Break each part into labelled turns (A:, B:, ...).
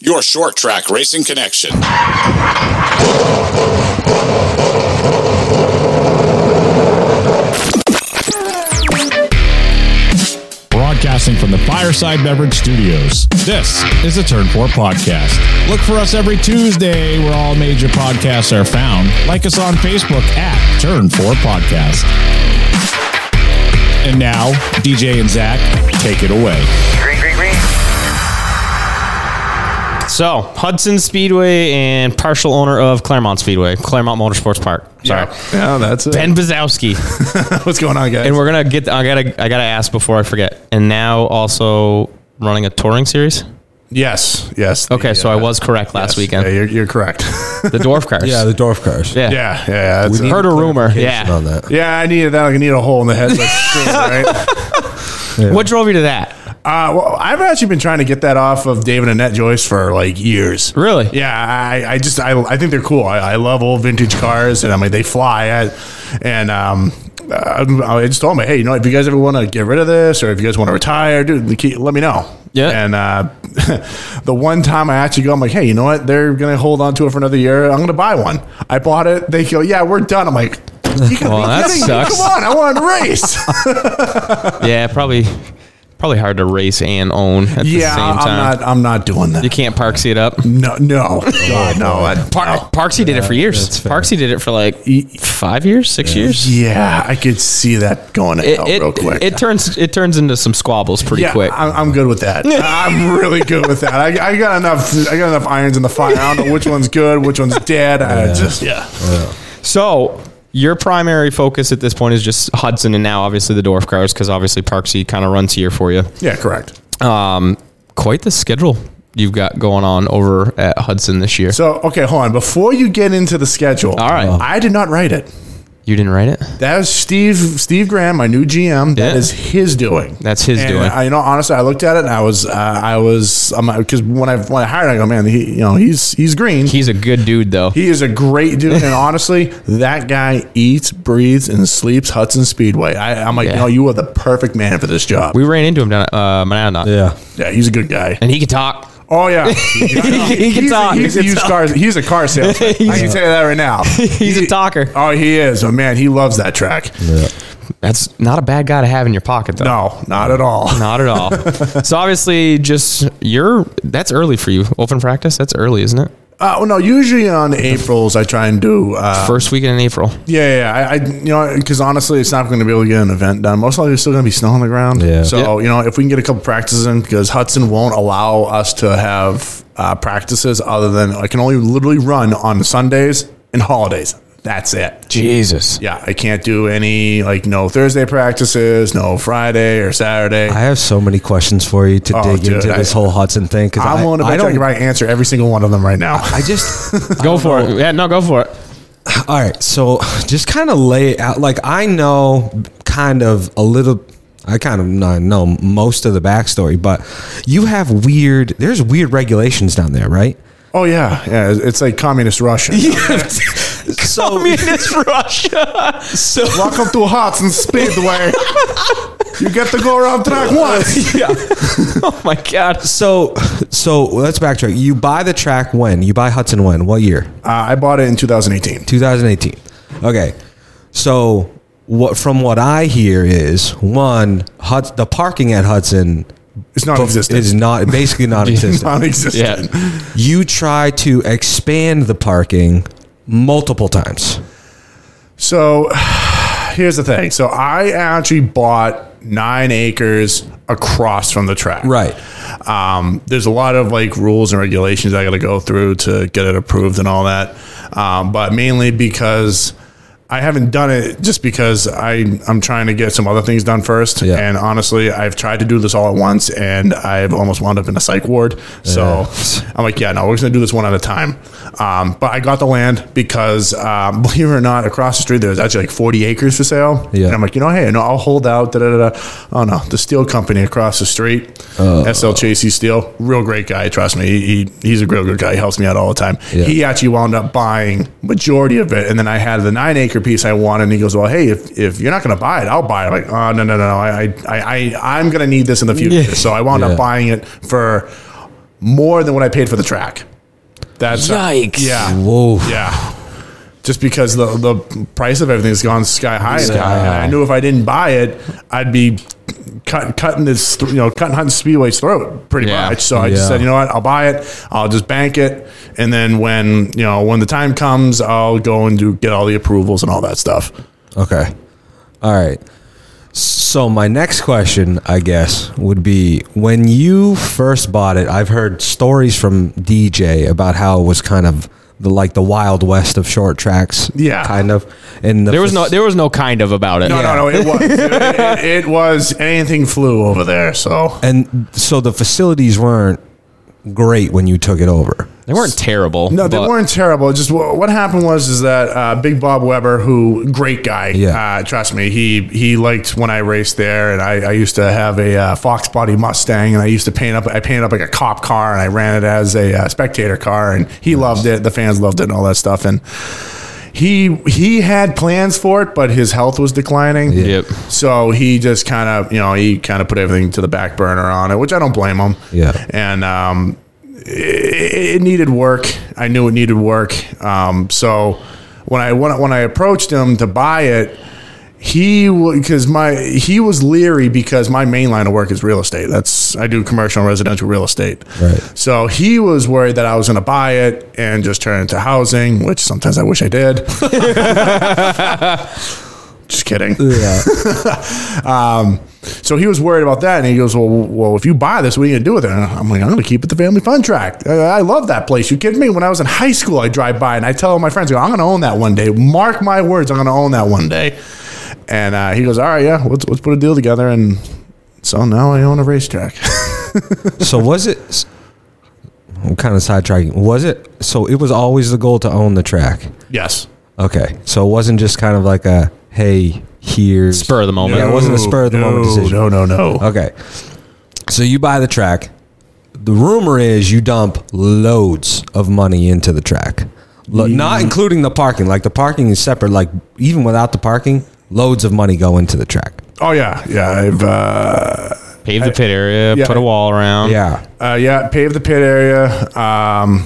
A: Your short track racing connection.
B: Broadcasting from the Fireside Beverage Studios, this is the Turn 4 Podcast. Look for us every Tuesday where all major podcasts are found. Like us on Facebook at Turn 4 Podcast. And now, DJ and Zach, take it away.
C: Green, green, green.
D: So Hudson Speedway and partial owner of Claremont Speedway, Claremont Motorsports Park. Sorry,
E: Yeah, that's it.
D: Ben Bazowski.
E: What's going on, guys?
D: and we're gonna get. I gotta. I gotta ask before I forget. And now also running a touring series.
E: yes, yes.
D: Okay, so I was correct last weekend.
E: Yeah, you're, you're correct.
D: The dwarf cars.
F: Yeah, the dwarf cars.
D: yeah.
E: yeah, yeah. that's-
D: Heard a rumor.
F: Clarification
D: Yeah.
F: on that.
E: yeah, I needed that. I need a hole in the head. Like, screw it, right?
D: What drove you to that?
E: Uh, well, I've actually been trying to get that off of David and Annette Joyce for like years.
D: Really?
E: Yeah, I, I just I, I think they're cool. I, I love old vintage cars, and I mean they fly. I, and um, I, I just told them, hey, you know, if you guys ever want to get rid of this, or if you guys want to retire, dude, the key- let me know.
D: Yeah.
E: And uh, the one time I actually go, I'm like, hey, you know what? They're gonna hold on to it for another year. I'm gonna buy one. I bought it. They go, yeah, we're done. I'm like. You gotta
D: Well,
E: be
D: that
E: kidding me.
D: sucks.
E: Come on, I want to race.
D: Yeah, probably. Probably hard to race and own at
E: yeah,
D: the same
E: I'm
D: time.
E: not. I'm not doing that.
D: you Oh, can't park seat up.
E: No, no, God, no. I,
D: Par- Parksy did it for years. Parksy did it for like five years, six years.
E: yeah, I could see that going
D: It,
E: out
D: it,
E: real quick.
D: it turns it turns into some squabbles pretty
E: yeah,
D: quick.
E: I'm, I'm good with that. I'm really good with that. I, I got enough. I got enough irons in the fire. I don't know which one's good, which one's dead. I just yeah.
D: So your primary focus at this point is just Hudson, and now obviously the dwarf cars because obviously Parksy kind of runs here for you.
E: Yeah, correct.
D: Um, quite the schedule you've got going on over at Hudson this year.
E: So okay, hold on. Before you get into the schedule,
D: All right.
E: I did not write it.
D: you didn't write it.
E: That was Steve Steve Graham, my new GM. That
D: Yeah.
E: is his doing.
D: That's his
E: And
D: doing.
E: I, you know, honestly, I looked at it and I was uh, I was because when I when I hired, him, I go, man, he, you know, he's he's green.
D: He's a good dude though.
E: He is a great dude, and honestly, that guy eats, breathes, and sleeps Hudson Speedway. I, I'm like,
D: Yeah.
E: no, you are the perfect man for this job.
D: we ran into him down at uh, Monadnock,
F: Yeah.
E: yeah, he's a good guy.
D: and he could talk.
E: Oh yeah, he
D: He can talk.
E: He's
D: He
E: a
D: can
E: used
D: talk.
E: car. He's a car salesman. I can tell you that right now.
D: He's a talker.
E: Oh, he is. Oh man, he loves that track.
D: That's not a bad guy to have in your pocket though.
E: No, not at all.
D: Not at all. so obviously, just you're that's early for you. Open practice that's early, isn't it?
E: Uh, well, no, usually on Aprils I try and do. Uh,
D: First weekend in April.
E: yeah, yeah. I, I you know, because honestly, it's not going to be able to get an event done. Most likely, there's still going to be snow on the ground.
F: Yeah.
E: So
D: Yeah.
E: you know, if we can get a couple practices in, because Hudson won't allow us to have uh, practices other than I can only literally run on Sundays and holidays. That's it.
D: Jesus.
E: Yeah, I can't do any like no Thursday practices, no Friday or Saturday.
F: I have so many questions for you to
E: Oh,
F: dig
E: dude,
F: into
E: I-
F: this whole Hudson thing because
E: I'm
F: I,
E: willing to
F: I
E: bet you I
F: don't.
E: can probably answer every single one of them right now.
F: I just
D: Go for it. Yeah, no, go for it.
F: all right. So just kind of lay it out. Like I know kind of a little. I kind of not know most of the backstory, but you have weird. There's weird regulations down there, right?
E: oh yeah, yeah. It's like communist Russia.
F: so
D: Communist Russia. So
E: Welcome to Hudson Speedway. you get to go around track once.
D: oh my god.
F: so so let's backtrack. You buy the track when you buy Hudson when what year?
E: Uh, I bought it in 2018.
F: 2018. Okay. So what from what I hear is one Hud, the parking at Hudson
E: It's not existent.
F: is not basically
E: It's
F: non-existent.
D: Yeah.
E: non-existent.
F: you try to expand the parking multiple times.
E: So here's the thing. So I actually bought nine acres across from the track. Um, there's a lot of like rules and regulations I got to go through to get it approved and all that. Um, but mainly because I haven't done it just because I, I'm trying to get some other things done first.
F: Yeah.
E: And honestly, I've tried to do this all at once and I've almost wound up in a psych ward. So I'm like, yeah, no, we're just going to do this one at a time. Um, but I got the land because, um, believe it or not, across the street, there's actually like 40 acres for sale.
F: Yeah.
E: And I'm like, you know, hey, no, I'll hold out. Da, da, da, da. Oh, no, the steel company across the street, SL Chasey Steel, real great guy. Trust me. He, he- he's a real good guy. He helps me out all the time.
F: Yeah.
E: He actually wound up buying majority of it. And then I had the nine acre piece I wanted. And he goes, well, hey, if, if you're not going to buy it, I'll buy it. I'm like, oh, no, no, no, no. I, I, I, I'm going to need this in the future. So I wound
F: Yeah.
E: up buying it for more than what I paid for the track. That's uh,
C: Yikes.
E: yeah,
F: Whoa.
E: yeah. Just because the the price of everything's gone sky high, and I knew if I didn't buy it, I'd be cut, cutting this th- you know cutting Hunting Speedway's throat pretty
D: Yeah.
E: much. So I just
F: Yeah.
E: said, you know what, I'll buy it. I'll just bank it, and then when you know when the time comes, I'll go and do get all the approvals and all that stuff.
F: Okay. All right. So my next question, I guess, would be when you first bought it, I've heard stories from DJ about how it was kind of the like the wild west of short tracks.
E: Yeah.
F: Kind of. And the
D: There was
F: fac-
D: no there was no kind of about it.
E: No, no, no. It was it, it- it was anything flew over there. So
F: and so the facilities weren't great when you took it over.
D: They weren't terrible.
E: no, they
D: but-
E: weren't terrible. Just what, what happened was is that uh, Big Bob Weber, who great guy,
F: Yeah.
E: uh, trust me, he he liked when I raced there, and I, I used to have a uh, Fox Body Mustang, and I used to paint up I painted up like a cop car, and I ran it as a uh, spectator car, and he loved it. The fans loved it, and all that stuff, and. He he had plans for it, but his health was declining.
D: Yep.
E: So he just kind of, you know, he kind of put everything to the back burner on it, which I don't blame him.
F: Yeah.
E: And um, it, it needed work. I knew it needed work. Um, so when I when, I- when I approached him to buy it, he because my he was leery because my main line of work is real estate. That's I do commercial and residential real estate.
F: Right.
E: So he was worried that I was going to buy it and just turn it into housing, which sometimes I wish I did. just kidding. Um,
F: Yeah.
E: So he was worried about that, and he goes, "Well, well, if you buy this, what are you gonna do with it?" And I'm like, "I'm gonna keep it the family fun track. I, I love that place. You kidding me? When I was in high school, I drive by and I tell my friends, I go, 'I'm gonna own that one day. Mark my words, I'm gonna own that one day." And uh, he goes, "All right, yeah, let's let's put a deal together." And so now I own a racetrack.
F: so was it I'm kind of sidetracking. Was it so it was always the goal to own the track?
E: yes,
F: Okay. So it wasn't just kind of like a hey, here's
D: Spur of the moment.
F: Yeah, it wasn't a spur of the
E: no,
F: moment decision.
E: No, no, no.
F: Okay. So you buy the track. The rumor is you dump loads of money into the track. Lo- Not including the parking. Like the parking is separate. Like even without the parking, loads of money go into the track.
E: Oh yeah, yeah. I've uh,
D: Pave the pit area,
E: yeah.
D: put a wall around.
F: Yeah.
E: uh, yeah paved the pit area. Um,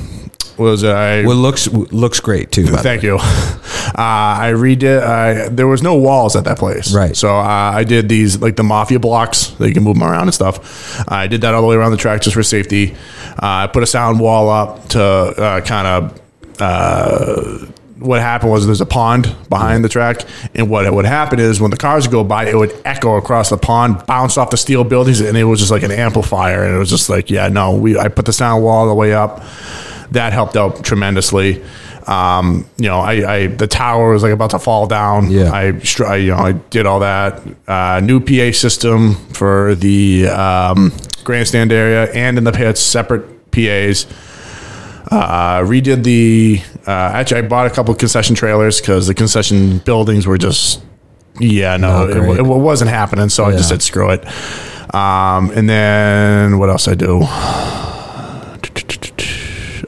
E: was I
F: Well looks looks great too. by the
E: Thank you. Uh, I redid. I there was no walls at that place,
F: Right.
E: So uh, I did these like the mafia blocks that you can move them around and stuff. I did that all the way around the track just for safety. Uh, I put a sound wall up to uh, kind of. Uh, what happened was there's a pond behind the track, and what would happen is when the cars go by, it would echo across the pond, bounce off the steel buildings, and it was just like an amplifier. And it was just like, yeah, no, we I put the sound wall all the way up that helped out tremendously. Um, you know, I, I the tower was like about to fall down.
F: Yeah.
E: I, str- I you know I did all that. Uh, new PA system for the um, grandstand area and in the pits, separate PAs. Uh, redid the uh, actually I bought a couple concession trailers because the concession buildings were just yeah no
F: Not
E: it, wa-
F: great.
E: it wa- wasn't happening so I just
F: Yeah.
E: said screw it. Um, and then what else I do?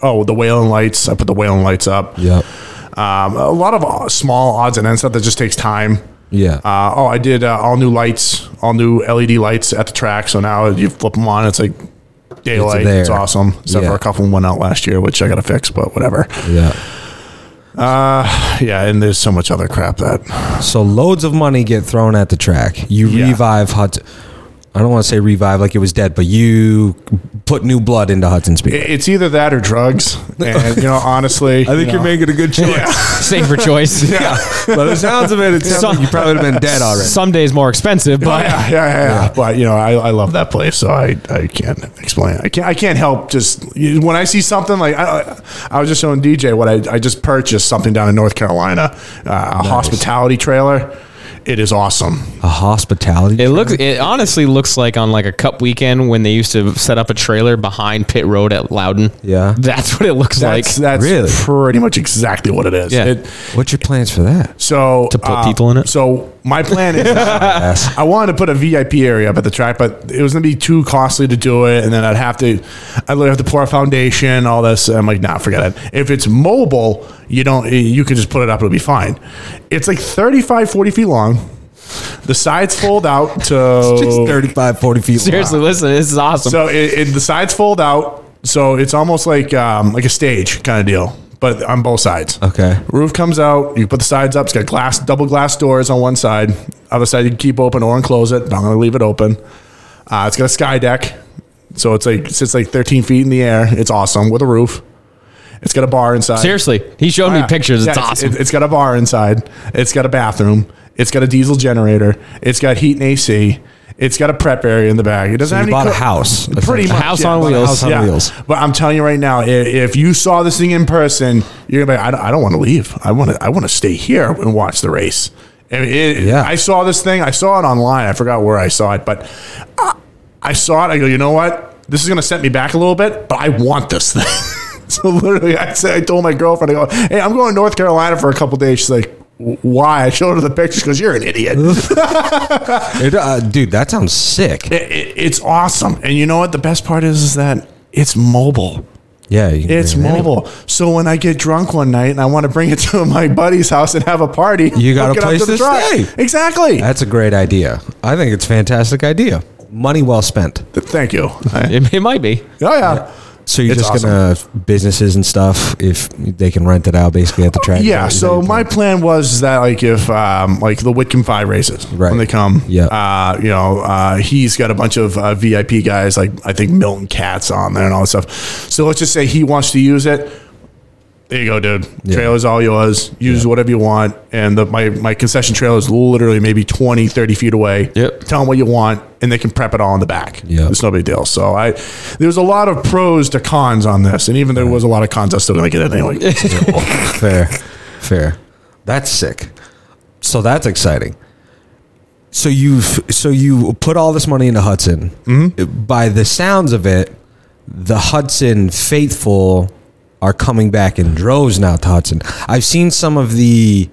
E: oh the whalen lights i put the whalen lights up
F: Yep.
E: um, a lot of uh, small odds and ends stuff that just takes time
F: Yeah.
E: uh, oh i did uh, all new lights all new led lights at the track so now you flip them on it's like daylight it's,
F: there.
E: awesome except
F: Yeah.
E: for a couple went out last year which i gotta fix but whatever
F: yeah.
E: yeah and there's so much other crap that
F: So loads of money get thrown at the track. You
E: Yeah.
F: revive Hudson. I don't want to say revive like it was dead, but you put new blood into Hudson Speed.
E: It- it's either that or drugs and you know honestly i you know,
F: making a good choice.
D: Safer choice.
F: Yeah. But the sounds of it, it sounds like you probably would have been dead already.
D: Some days more expensive, but
E: Oh, yeah, yeah, yeah, yeah. But you know, I, I love that place, so I, I can't explain. I can't I can't help just you- when I see something like I, I was just showing DJ what I, I just purchased something down in North Carolina, uh, a hospitality trailer. It is awesome.
F: A hospitality.
D: It looks. It honestly looks like on like a cup weekend when they used to set up a trailer behind pit road at Loudon.
F: Yeah.
D: that's what it looks
E: That's
D: like.
E: that's
F: Really?
E: pretty much exactly what it is.
D: Yeah.
E: It,
F: What's your plans for that?
E: so to
D: put people in it?
E: So my plan is I wanted to put a VIP area up at the track, but it was gonna be too costly to do it, and then I'd have to I'd literally have to pour a foundation, all this. I'm like, nah, forget it. If it's mobile, you don't you can just put it up, it'll be fine. It's like 35, 40 feet long. The sides fold out to
F: Just 35, 40 feet.
D: Seriously, listen, this is awesome.
E: so it, it, the sides fold out. So it's almost like um, like a stage kind of deal, but on both sides.
F: Okay.
E: Roof comes out. You put the sides up. It's got glass, double glass doors on one side. Other side you can keep open or enclose it. But I'm gonna leave it open. Uh, it's got a sky deck, so it's like sits like 13 feet in the air. It's awesome with a roof. It's got a bar inside.
D: Seriously, he showed me
E: Yeah.
D: pictures.
E: Yeah,
D: It's awesome.
E: it- it's got a bar inside. It's got a bathroom. It's got a diesel generator. It's got heat and AC. It's got a prep area in the back. It doesn't have
F: you
E: any
F: bought a
E: coo-
F: house,
E: Pretty
F: essentially.
E: much,
D: A house
E: yeah.
D: on
E: Bought a
D: wheels.
E: house on
F: Yeah.
E: wheels. But I'm telling you right now, i- if you saw this thing in person, you're gonna be. Like, I, don't, I don't want to leave. I want to. I want to stay here and watch the race. I mean, it-
F: Yeah.
E: I saw this thing. I saw it online. I forgot where I saw it, but I, I saw it. I go, you know what? This is gonna set me back a little bit, but I want this thing. so literally, I said, I told my girlfriend, I go, hey, I'm going to North Carolina for a couple days. She's like. "Wh- Why? I showed her the pictures because you're an idiot.
F: It, uh, dude, that sounds sick.
E: It- it- it's awesome, and you know what? The best part is, is that it's mobile.
F: Yeah, you can
E: It's
F: bring it in.
E: mobile. So when I get drunk one night and I want to bring it to my buddy's house and have a party,
F: You got a
E: hook it up
F: place to
E: truck.
F: stay.
E: Exactly.
F: That's a great idea. I think it's a fantastic idea. Money well spent.
E: Thank you. I-
D: it, it might be.
E: oh yeah.
F: So you're
E: It's
F: just gonna businesses and stuff if they can rent it out basically at the track.
E: Yeah. So my plan was that like if um, like the Whitcomb Five races
F: Right.
E: when they come,
F: Yeah.
E: uh, you know, uh, he's got a bunch of uh, VIP guys like I think Milton Katz on there and all that stuff. So let's just say he wants to use it. There you go, dude.
F: Yeah.
E: Trailer's all yours. Use whatever you want. And the, my, my concession trailer is literally maybe 20, 30 feet away.
D: Yep.
E: Tell them what you want, and they can prep it all in the back.
F: Yeah.
E: It's no big deal. So I, there's a lot of pros to cons on this. And even there was a lot of cons, I was still going to get it anyway.
F: fair, fair. That's sick. So that's exciting. So you've so you put all this money into Hudson. By the sounds of it, the Hudson faithful are coming back in droves now to Hudson. I've seen some of the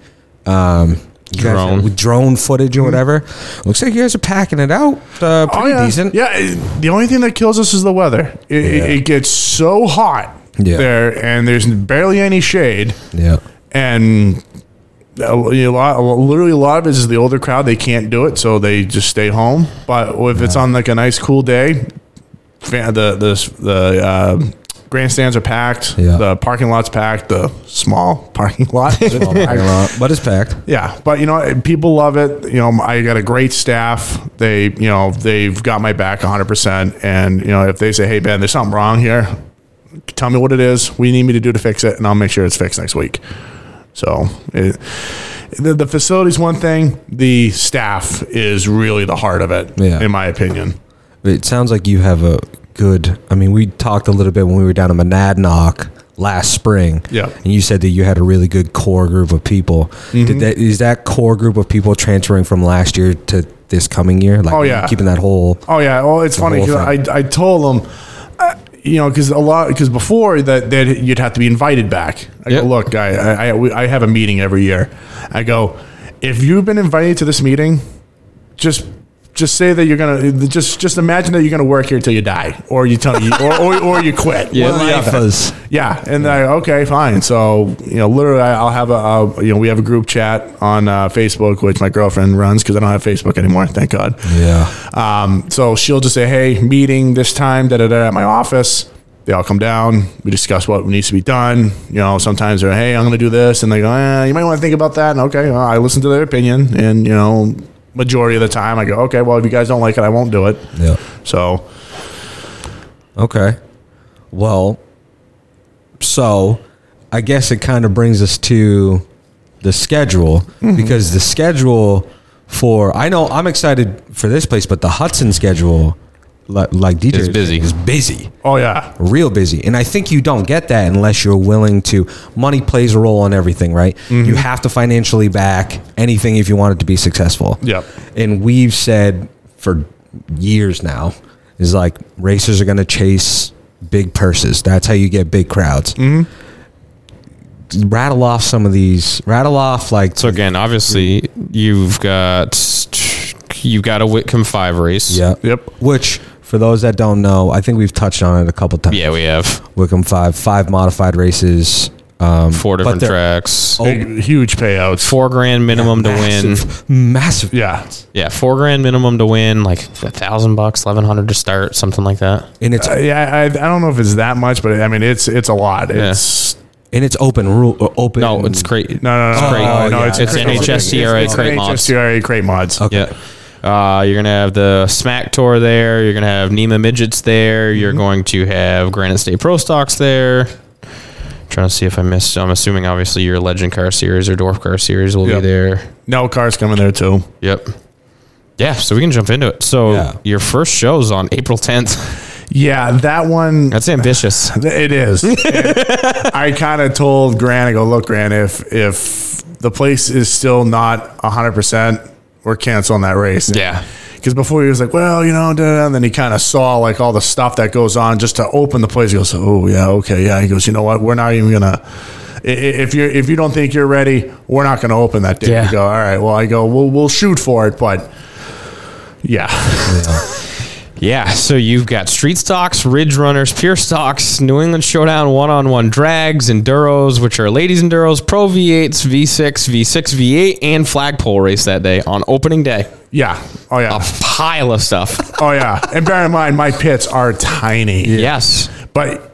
F: um, you guys-
D: Drone.
F: with drone Mm-hmm. footage or whatever. Looks like you guys are packing it out uh, pretty
E: Oh, yeah.
F: decent.
E: Yeah, it- the only thing that kills us is the weather. It, it,
F: Yeah.
E: it gets so hot
F: Yeah.
E: there, and there's barely any shade,
F: yeah.
E: and a lot, literally a lot of it is the older crowd. They can't do it, so they just stay home. But if it's on like a nice cool day, fan, the the the uh, grandstands are packed.
F: Yeah.
E: The parking lot's packed. The small parking lot.
F: Parking lot, but it's packed.
E: Yeah, but you know, people love it. You know, I got a great staff. They, you know, they've got my back 100%. And, you know, if they say, hey, Ben, there's something wrong here, tell me what it is. We need me to do to fix it, and I'll make sure it's fixed next week. So it, the, the facility's one thing, the staff is really the heart of it,
F: Yeah.
E: in my opinion.
F: It sounds like you have a good. I mean, we talked a little bit when we were down in Monadnock last spring.
E: Yeah.
F: and you said that you had a really good core group of people.
E: Mm-hmm.
F: Did that is that core group of people transferring from last year to this coming year? Like,
E: Oh, yeah.
F: keeping that whole.
E: Oh yeah. Well, it's funny
F: whole
E: 'cause
F: thing.
E: I I told them, uh, you know, because a lot because before that that you'd have to be invited back. I
D: Yep.
E: go, look, I I- I, we, I have a meeting every year. I go, if you've been invited to this meeting, just. Just say that you're gonna just just imagine that you're gonna work here till you die, or you tell you, or, or, or you quit.
D: Yeah.
E: One or the other.
F: was
E: Yeah, and I okay, fine. So you know, literally, I- I'll have a uh, you know we have a group chat on uh, Facebook, which my girlfriend runs because I don't have Facebook anymore. Thank God.
F: Yeah.
E: Um, so she'll just say, "Hey, meeting this time, da da da, at my office." They all come down. We discuss what needs to be done. You know, sometimes they're, "Hey, I'm going to do this," and they go, eh, "You might want to think about that." And okay, well, I listen to their opinion, and you know, majority of the time, I go, "Okay, well, if you guys don't like it, I won't do it."
F: Yeah.
E: So
F: Okay. Well, so I guess it kind of brings us to the schedule because the schedule for I know I'm excited for this place, but the Hudson schedule, like, like DJ
D: Is busy.
F: is busy,
E: Oh yeah,
F: real busy, and I think you don't get that unless you're willing to. Money plays a role on everything, right?
E: Mm-hmm.
F: You have to financially back anything if you want it to be successful.
E: Yep.
F: And we've said for years now is like racers are going to chase big purses. That's how you get big crowds.
E: Mm-hmm.
F: Rattle off some of these. Rattle off like
D: So again, obviously, you've got you've got a Whitcomb five race.
F: yeah.
E: Yep.
F: Which for those that don't know, I think we've touched on it a couple times.
D: yeah, we have.
F: Wickham five, five modified races.
D: four different
F: they're-
D: tracks,
E: Big, huge payouts.
D: four grand minimum to win.
F: Massive, massive.
E: Yeah.
D: Yeah, four grand minimum to win, like a thousand bucks, eleven hundred to start, something like that.
F: and it's
E: Yeah, I, I don't know if it's that much, but I mean, it's it's a lot. It's
F: and it's open rule or open.
D: No, it's great.
E: no, no, no,
D: It's
E: no,
D: great.
E: no, no,
F: yeah.
E: it's,
D: It's
E: crate-
D: NHSCRA
E: it's
D: crate mods.
E: NHSCRA crate mods.
F: Okay.
D: Yeah. Uh, you're gonna have the Smack Tour there. You're gonna have Nema Midgets there. You're going to have Granite State Pro Stocks there. trying to see if I missed. I'm assuming obviously your Legend Car Series or Dwarf Car Series will
E: Yep.
D: be there.
E: No cars coming there too.
D: Yep. Yeah, so we can jump into it. So
F: Yeah.
D: your first show's on April 10th.
E: Yeah, that one.
D: That's ambitious.
E: It is. I kind of told Grant, I go, look, Grant, if if the place is still not hundred percent, we're canceling that race.
D: Yeah.
E: Because before he was like, well, you know, da, da, da," and then he kind of saw like all the stuff that goes on just to open the place. He goes, oh yeah, okay, yeah. He goes, you know what? We're not even gonna. i- i- If you if you don't think you're ready, we're not gonna open that day.
D: Yeah.
E: I go, all right. Well, I go, we'll we'll shoot for it, but yeah,
D: Yeah, so you've got street stocks, ridge runners, pure stocks, New England Showdown, one on one drags, enduros, which are ladies enduros, pro V8s, V6, V6, V8, and flagpole race that day on opening day.
E: yeah, oh yeah,
D: A pile of stuff.
E: oh yeah. And bear in mind, my pits are tiny.
D: Yes.
E: But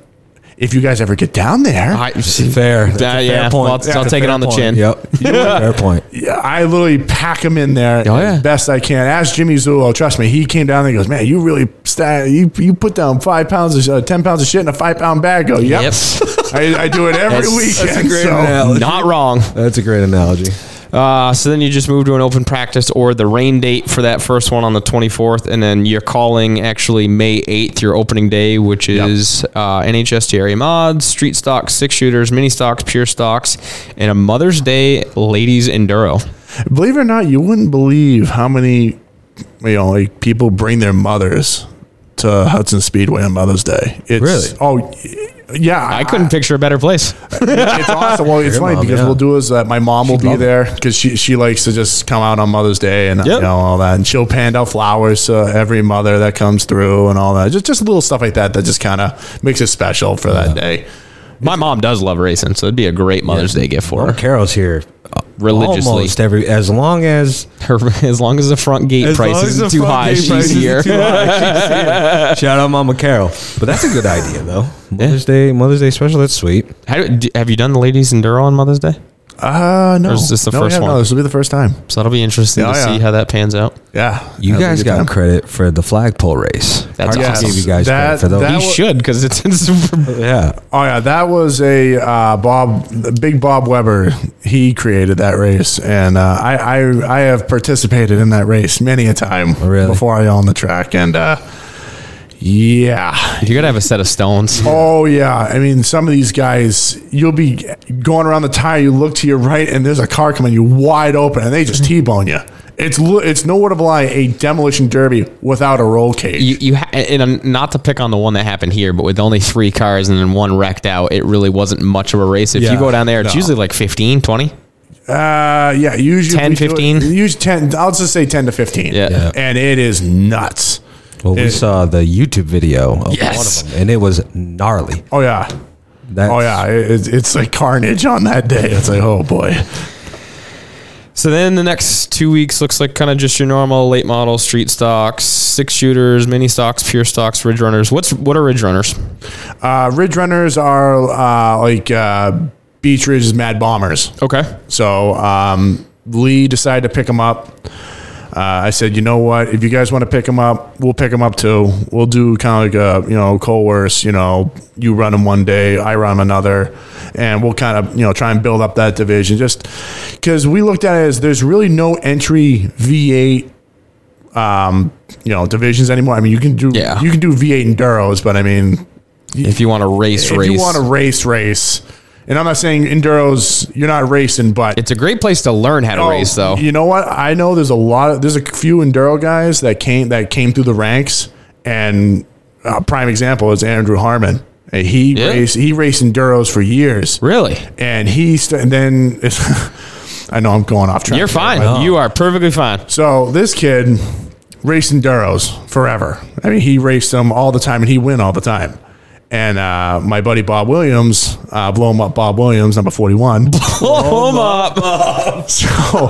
E: if you guys ever get down there, I,
D: I,
F: fair. That's a
D: Uh,
F: fair
D: yeah,
F: point.
D: well, I'll-
F: That's
D: I'll
F: a
D: take it
F: fair
D: on the
F: point.
D: chin.
F: Yep. fair point.
E: I literally pack them in there
D: Oh, yeah.
E: as best I can. Ask Jimmy Zulo. Trust me, he came down there and goes, Man, you really, st- you, you put down five pounds, of, uh, 10 pounds of shit in a five pound bag. I go, Yep.
D: Yep.
E: I, I do it every
D: That's- that's a
E: weekend.
F: great
E: so-
F: analogy.
D: not wrong.
F: That's a great analogy.
D: Uh, so then you just move to an open practice or the rain date for that first one on the 24th. And then you're calling actually May 8th, your opening day, which is uh, NHSGRA mods, street stocks, six shooters, mini stocks, pure stocks, and a Mother's Day ladies enduro.
E: Believe it or not, you wouldn't believe how many, you know, like people bring their mothers to Hudson Speedway on Mother's Day. It's,
F: Really?
E: Oh, yeah.
D: I couldn't picture a better place.
E: it's awesome. Well, it's funny
F: mom,
E: because
F: yeah.
E: we'll do is that my mom will be
F: love it.
E: there because she she likes to just come out on Mother's Day and
D: Yep.
E: you know all that, and she'll hand out flowers to every mother that comes through and all that. Just just little stuff like that that just kind of makes it special for that day.
D: My mom does love racing, so it'd be a great Mother's Day gift for her.
F: Carol's here uh,
D: Religiously.
F: almost every as long as
D: her. As long as the front gate price isn't too high, she's here.
F: Shout out Mama Carol. But that's a good idea though. Mother's Day, Mother's Day special. That's sweet.
D: How do- do- have you done the ladies enduro on Mother's Day?
E: Uh no,
D: Or is this the
E: No,
D: first
E: yeah,
D: one?
E: No, this will be the first time.
D: So that'll be interesting
E: Yeah,
D: to
E: yeah.
D: see how that pans out.
E: Yeah,
F: You
E: Have a
F: guys
E: good
F: got
E: time.
F: credit for the flagpole race.
D: That's
F: Hard to
D: awesome.
F: give you guys
E: That-
F: credit for those.
E: that
D: You
E: wa-
D: should because it's in super
F: yeah.
E: Oh yeah, that was a uh, Bob, big Bob Weber. He created that race, and uh, I, I I have participated in that race many a time
F: really?
E: before I owned the track, and uh, yeah,
D: You gotta have a set of stones.
E: Oh yeah, I mean some of these guys, you'll be going around the tire, you look to your right, and there's a car coming you wide open, and they just
D: Mm-hmm.
E: t-bone you. It's li- it's nowhere to lie a demolition derby without a roll cage.
D: You, you ha- and um, not to pick on the one that happened here, but with only three cars and then one wrecked out, it really wasn't much of a race. If you
F: Yeah,
D: go down there, it's
F: no.
D: usually like 15, 20.
E: uh, yeah, usually
D: 10,
E: we do it-
D: 15?
E: usually ten. I'll just say ten to fifteen.
D: Yeah. Yeah.
E: and it is nuts.
F: Well, we
E: It-
F: saw the YouTube video of
D: Yes.
F: one of them, and it was gnarly.
E: Oh yeah,
F: That's,
E: oh yeah, it, it's- it's like carnage on that day. It's like oh boy,
D: So then the next two weeks looks like kind of just your normal late model street stocks, six shooters, mini stocks, pure stocks, ridge runners. What's what are ridge runners?
E: uh, ridge runners are uh, like uh, beach ridges, mad bombers.
D: Okay,
E: So um, Lee decided to pick him up. Uh, I said, you know what? If you guys want to pick him up, we'll pick him up too. We'll do kind of like a you know coerce. You know, you run him one day, I run him another, and we'll kind of you know try and build up that division. Just because we looked at it as there's really no entry V8. Um, you know divisions anymore. I mean, you can do
D: Yeah.
E: you can do V8 enduros, but I mean,
D: if you want to race,
E: if
D: race,
E: you want to race, race. And I'm not saying enduros, you're not racing, but
D: it's a great place to learn how to
E: Oh,
D: race, though.
E: You know what? I know there's a lot of there's a few enduro guys that came that came through the ranks, and a prime example is Andrew Harmon. Uh, He
D: Yeah.
E: raced he raced enduros for years,
D: Really,
E: and he st- and then it's, I know I'm going off track.
D: you're
E: here,
D: fine.
E: but-
D: You are perfectly fine.
E: so this kid raced enduros forever. I mean, he raced them all the time, and he win all the time. And uh, my buddy Bob Williams, uh, blow him up, Bob Williams, number forty-one.
D: Home up.
E: So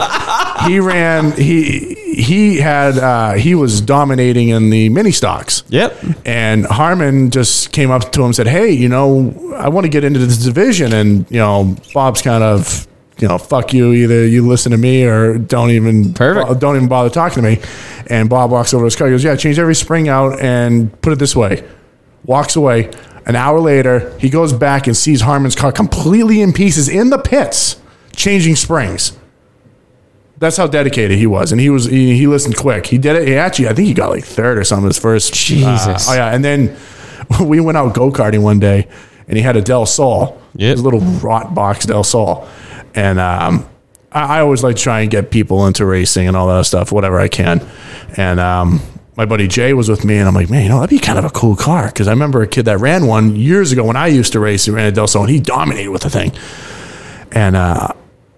E: he ran. He he had uh, he was dominating in the mini stocks.
D: Yep.
E: And Harmon just came up to him and said, "Hey, you know, I want to get into this division." And you know, Bob's kind of you know, fuck you. Either you listen to me or don't even
D: Perfect.
E: bo- don't even bother talking to me. And Bob walks over to his car. He goes, "Yeah, change every spring out and put it this way." Walks away. An hour later, he goes back and sees Harmon's car completely in pieces in the pits, changing springs. That's how dedicated he was, and he was he, he listened quick. He did it. He actually, I think he got like third or something his first.
D: Jesus.
E: Uh, oh yeah, and then we went out go karting one day, and he had a Del Sol,
D: Yep.
E: his little rot box Del Sol, and um, I, I always like to try and get people into racing and all that stuff, whatever I can, and um. My buddy Jay was with me, and I'm like, man, you know, that'd be kind of a cool car. Because I remember a kid that ran one years ago when I used to race. He ran a Del Sol, and he dominated with the thing. And uh,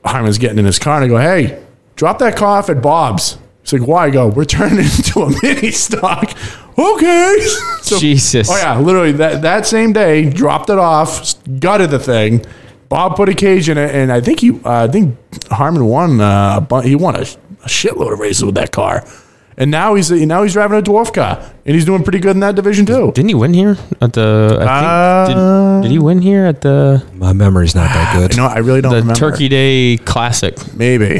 E: Harmon's getting in his car and I go, hey, drop that car off at Bob's. He's like, why? I go, we're turning it into a mini stock. Okay. So-
D: Jesus.
E: Oh, yeah. Literally, that, that same day, dropped it off, gutted the thing. Bob put a cage in it, and I think he, uh, I think Harmon won. Uh, a bu- he won a, a shitload of races with that car, and now he's now he's driving a dwarf car, and he's doing pretty good in that division too.
D: Didn't he win here at the? I think,
E: Uh,
D: did, did he win here at the
F: My memory's not
D: Ah,
F: that good.
E: You know, I really don't
D: the
E: remember.
D: Turkey Day Classic?
E: maybe.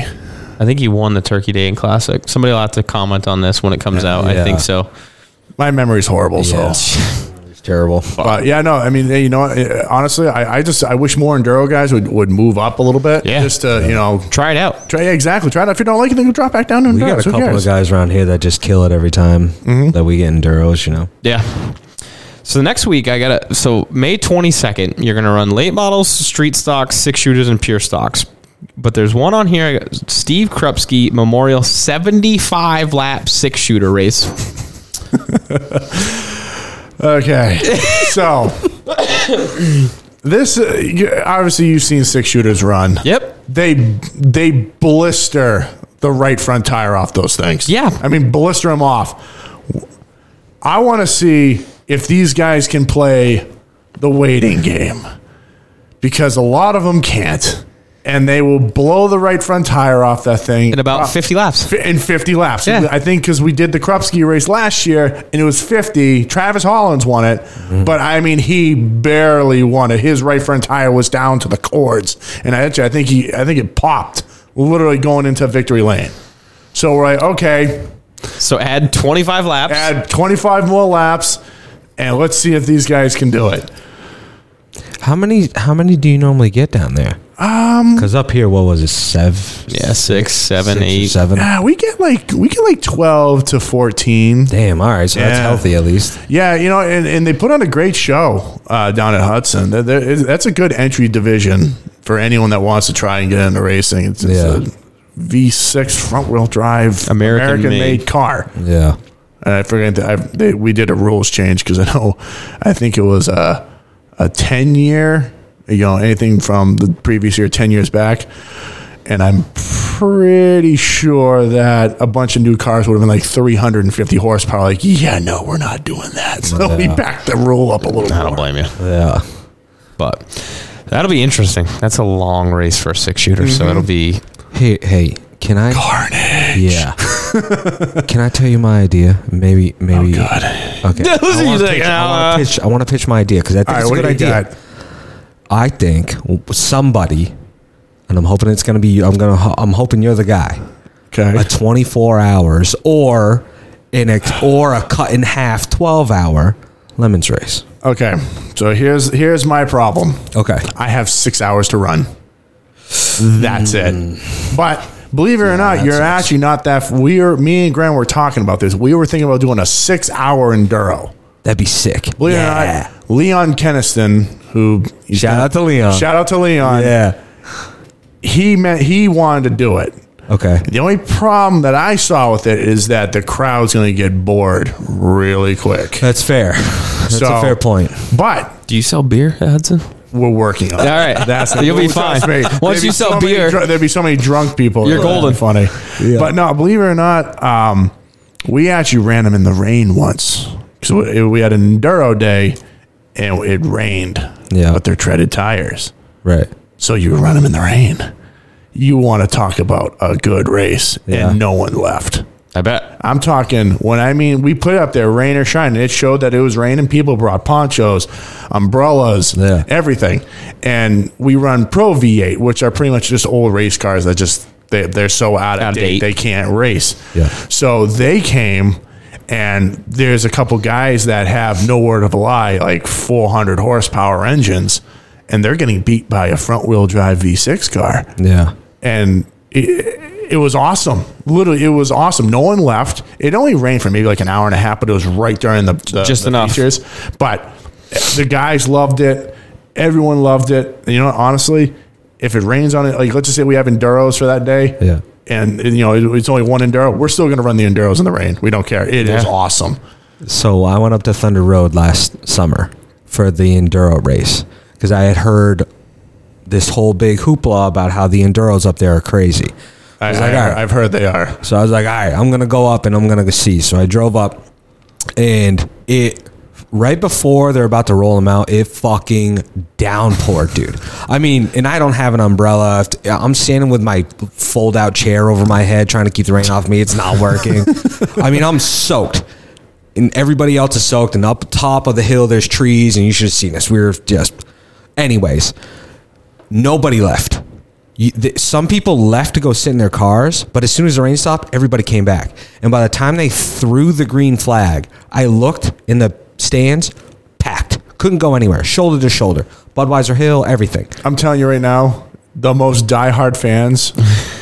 D: I think he won the Turkey Day Classic. Somebody will have to comment on this when it comes out. I
F: Yeah.
D: think so.
E: My memory's horrible,
F: Yeah.
E: so
F: It's terrible.
E: But yeah, no, I mean, you know, eh, honestly, I, I just I wish more enduro guys would, would move up a little bit.
D: Yeah.
E: Just to you know,
D: Try it out.
E: try yeah, exactly try it. out. If you don't like it, then you drop back down to enduro.
F: We got a couple of guys around here that just kill it every time
E: Mm-hmm.
F: that we get enduros. You know,
D: Yeah. So the next week I gotta. So May twenty second, you're gonna run late models, street stocks, six shooters, and pure stocks. But there's one on here, I got Steve Krupski Memorial 75 lap six shooter race.
E: Okay, so this eh, you- obviously you've seen six shooters run.
D: Yep.
E: They they blister the right front tire off those things.
D: Yeah.
E: I mean blister them off. I want to see if these guys can play the waiting game because a lot of them can't, and they will blow the right front tire off that thing
D: in about 50 laps.
E: in 50 laps.
D: Yeah.
E: I think because we did the Krupski race last year and it was 50. Travis Hollins won it, but I mean, he barely won it. His right front tire was down to the cords. And I, actually, I think he, I think it popped literally going into victory lane. So we're like, okay,
D: So add 25 laps.
E: add 25 more laps and let's see if these guys can do it.
F: how many how many do you normally get down there? Um, because up here, what was it, sev?
D: yeah, six, seven,
F: six or
D: eight.
F: seven.
E: Ah, we get like, we get like 12 to 14.
F: Damn. All right, so that's
E: Yeah.
F: healthy at least.
E: Yeah, you know, and, and they put on a great show uh, down at Hudson. There- there is- that's a good entry division for anyone that wants to try and get into racing. It's, it's
F: Yeah.
E: a V6 front wheel drive
D: American
E: made
D: made.
E: car.
F: Yeah.
E: And Uh, I forget that I, they, we did a rules change because I know I think it was a a ten year, you know, anything from the previous year, ten years back. And I'm pretty sure that a bunch of new cars would have been like 350 horsepower. Like, yeah, no, we're not doing that. So we
F: Yeah.
E: backed the rule up a little.
D: I don't
E: more.
D: blame you.
F: Yeah.
D: But that'll be interesting. That's a long race for a six shooter. So it'll be.
F: Hey, hey, can I?
E: Carnage.
F: Yeah. can I tell you my idea? Maybe, maybe.
E: Oh, God.
F: Okay. I
D: He's
F: wanna
D: like,
F: pitch- I
D: "Uh."
F: wanna pitch. I want to pitch my idea because I think
E: All right,
F: it's a
E: what
F: good
E: do you
F: idea.
E: got?
F: I think w- somebody, and I'm hoping it's gonna be you. I'm gonna. ho- I'm hoping you're the guy.
E: Okay.
F: A 24 hours or an ex, or a cut in half 12 hour lemons race.
E: Okay. So here's here's my problem.
F: Okay.
E: I have six hours to run. That's it. But believe it or not,
F: Hmm. that
E: you're
F: sucks.
E: actually not that. We are. Me and Graham were talking about this. We were thinking about doing a six-hour enduro.
F: That'd be sick.
E: Believe it or not, Leon Keniston, who
F: Shout out to Leon.
E: shout out to Leon.
F: yeah.
E: He meant he wanted to do it.
F: Okay.
E: The only problem that I saw with it is that the crowd's going to get bored really quick.
F: That's fair. That's
E: So-
F: a fair point.
E: But
D: Do you sell beer, Hudson?
E: we're working on
D: All
E: it.
D: right.
E: That's
D: You'll be fine.
E: Trust me.
D: Once
E: There'd
D: you
E: be
D: sell
E: so many
D: beer-
E: dr- there'd be so many drunk people.
D: You're
E: It would be
D: golden.
E: funny. But no, believe it or not, um, we actually ran them in the rain once because we had an enduro day, and it rained.
F: Yeah.
E: But they're treaded tires.
F: Right.
E: So you run them in the rain. You want to talk about a good race
F: Yeah.
E: and no one left.
D: I bet.
E: I'm talking when I mean we put it up there, rain or shine, and it showed that it was raining. People brought ponchos, umbrellas,
F: Yeah.
E: everything, and we run Pro V8, which are pretty much just old race cars that just they, they're so out of,
D: Out of
E: date,
D: date.
E: they can't race.
F: Yeah.
E: So they came, and there's a couple guys that have no word of a lie, like 400 horsepower engines, and they're getting beat by a front wheel drive V6 car
F: Yeah.
E: and it, it was awesome. Literally, it was awesome. No one left. It only rained for maybe like an hour and a half, but it was right during the, the
D: Just
E: the
D: enough.
E: features. But the guys loved it. Everyone loved it. And you know, honestly, if it rains on it, like let's just say we have enduros for that day,
F: Yeah.
E: and you know it- it's only one enduro, we're still going to run the enduros in the rain. We don't care. It is
D: Yeah.
E: awesome.
F: So I went up to Thunder Road last summer for the enduro race because I had heard this whole big hoopla about how the enduros up there are crazy.
E: I,
F: It's like, all right.
E: I, I've heard they are.
F: So I was like, all right, I'm gonna go up and I'm gonna go see. So I drove up, and it right before they're about to roll them out, it fucking downpoured, dude. I mean, and I don't have an umbrella. I'm standing with my fold out chair over my head, trying to keep the rain off me. It's not working. I mean, I'm soaked. And everybody else is soaked, and up top of the hill, there's trees, and you should have seen this. We were just, anyways, nobody left. You, th- some people left to go sit in their cars, but as soon as the rain stopped, everybody came back. And by the time they threw the green flag, I looked in the stands, packed. Couldn't go anywhere, shoulder to shoulder. Budweiser Hill, everything.
E: I'm telling you right now, the most diehard fans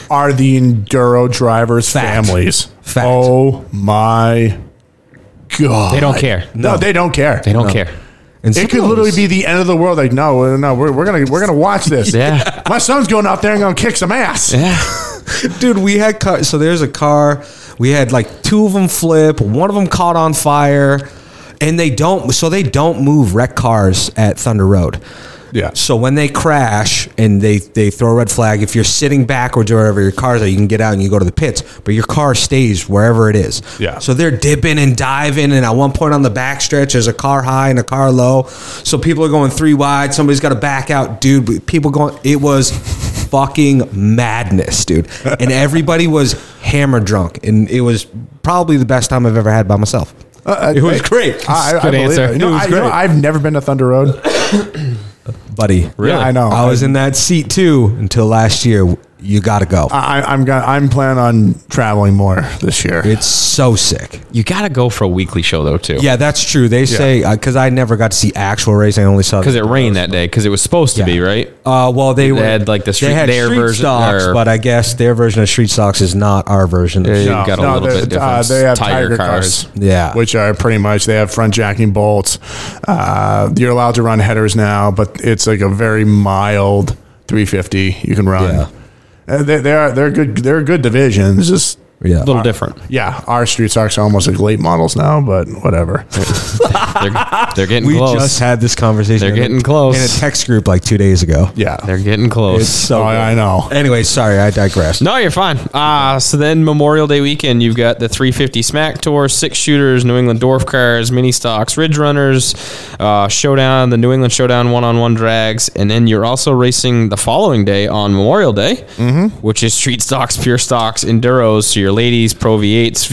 E: are the enduro drivers'
F: Fact.
E: families.
F: Fact.
E: Oh my god!
D: They don't care.
E: No, they don't care.
D: They don't care.
F: And some
E: It could
F: of
E: literally
F: those-
E: be the end of the world. Like, no, no, we're, we're gonna we're gonna watch this.
D: Yeah.
E: my son's going out there and gonna kick some ass.
F: dude. We had car. So there's a car. We had like two of them flip. One of them caught on fire, and they don't. So they don't move wreck cars at Thunder Road.
E: Yeah.
F: So when they crash and they they throw a red flag, if you're sitting backwards or wherever your cars are, you can get out and you go to the pits. But your car stays wherever it is.
E: Yeah.
F: So they're dipping and diving, and at one point on the back stretch, there's a car high and a car low. So people are going three wide. Somebody's got to back out, dude. but People going. It was fucking madness, dude. And everybody was hammer drunk, and it was probably the best time I've ever had by myself. it was great,
E: I, I,
D: Good
E: believe
D: answer.
E: It. You know,
D: It was
E: I, you know,
D: great.
E: I've never been to Thunder Road.
F: buddy.
D: Really?
E: I know.
F: I was in that seat too until last year. You got to go.
E: I, I'm gonna, I'm planning on traveling more this year.
F: It's so sick.
D: You got to go for a weekly show, though, too.
F: Yeah, that's true. They say because I never got to see actual racing. I only saw
D: Because it rained that day, because it was supposed to be,
F: Yeah.
D: right?
F: Uh, well, they, were,
D: had, like, the street- their version,
F: stocks,
D: or-
F: but I guess their version of street stocks is not our version. Of
D: Yeah.
F: yeah.
D: You've got a little
E: they're- uh,
D: bit different
E: they have
D: tire
E: tiger,
D: cars.
E: cars.
F: Yeah.
E: which are pretty much they have front jacking bolts. Uh, you're allowed to run headers now, but it's like a very mild 350 you can run.
F: Yeah.
E: Uh, they, they are they're good they're good divisions. Just
D: A
F: yeah.
D: little different.
E: yeah, our street stocks are almost like late models now, but whatever.
D: They're, they're getting
F: we
D: close.
F: just had this conversation.
D: They're
F: in a-
D: getting close.
F: in a text group like two days ago.
E: Yeah,
D: they're getting close.
F: It's so.
E: Oh, I
F: good.
E: know.
F: Anyway, sorry, I digress.
D: No, you're fine. Uh, so then Memorial Day weekend, you've got the 350 Smack Tour, six shooters, New England Dwarf Cars, mini stocks, Ridge Runners, uh, Showdown, the New England Showdown one on one drags. And then you're also racing the following day on Memorial Day, which is street stocks, pure stocks, enduros. So your ladies, Pro V8s,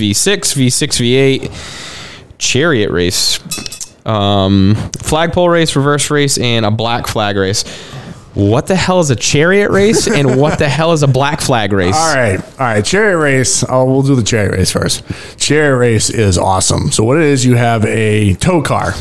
D: V6, V6, V8, chariot race, um, flagpole race, reverse race, and a black flag race. What the hell is a chariot race and what the hell is a black flag race?
E: All right, all right. Chariot race. Oh, we'll do the chariot race first. Chariot race is awesome. So what it is, you have a tow car,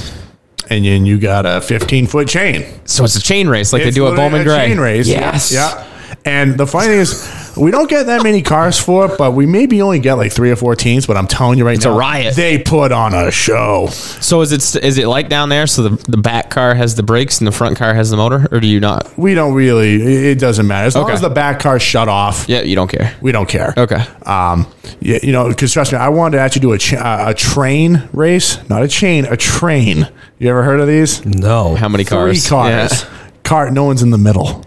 E: and then you got a 15 foot chain.
D: So it's a chain race like
E: It's
D: they do at
E: literally
D: Bowman
E: a
D: Gray.
E: Chain race.
D: Yes.
E: Yeah. And the funny thing is, we don't get that many cars for it, but we maybe only get like three or four teams. But I'm telling you right
D: a
E: now,
D: riot.
E: They put on a show.
D: So is it is it like down there? So the, the back car has the brakes and the front car has the motor, or do you not?
E: We don't really. It it doesn't matter as long
D: Okay.
E: as the back car shut off.
D: Yeah, you don't care.
E: We don't care.
D: Okay.
E: Um, you, you know, because trust me, I wanted to actually do a cha- uh, a train race, not a chain, a train. You ever heard of these?
F: No.
D: How many cars?
E: Three cars.
D: Yeah.
E: Car. No one's in the middle.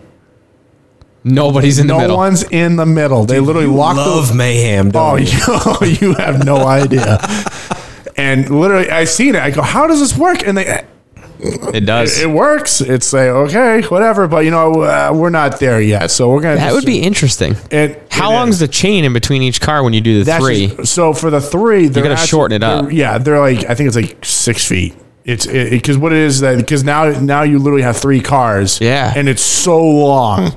D: Nobody's in
E: No
D: the middle.
E: one's in the middle. They literally lock the
F: Love mayhem. Don't
E: Oh,
F: you?
E: you, you have no idea. and literally, I seen it. I go, how does this work? And they,
D: It does.
E: It, it works. It's like okay, whatever. But you know, uh, we're not there yet, so we're gonna.
D: that
E: just-
D: would be interesting.
E: It-
D: How
E: it
D: long's
E: is.
D: the chain in between each car when you do the
E: That's
D: three?
E: just- so for the three, they're
D: gotta
E: actually-
D: shorten it up.
E: they're- yeah, they're like I think it's like six feet. It's because what it is that because now now you literally have three cars.
D: Yeah. Hmm.
E: and it's so long.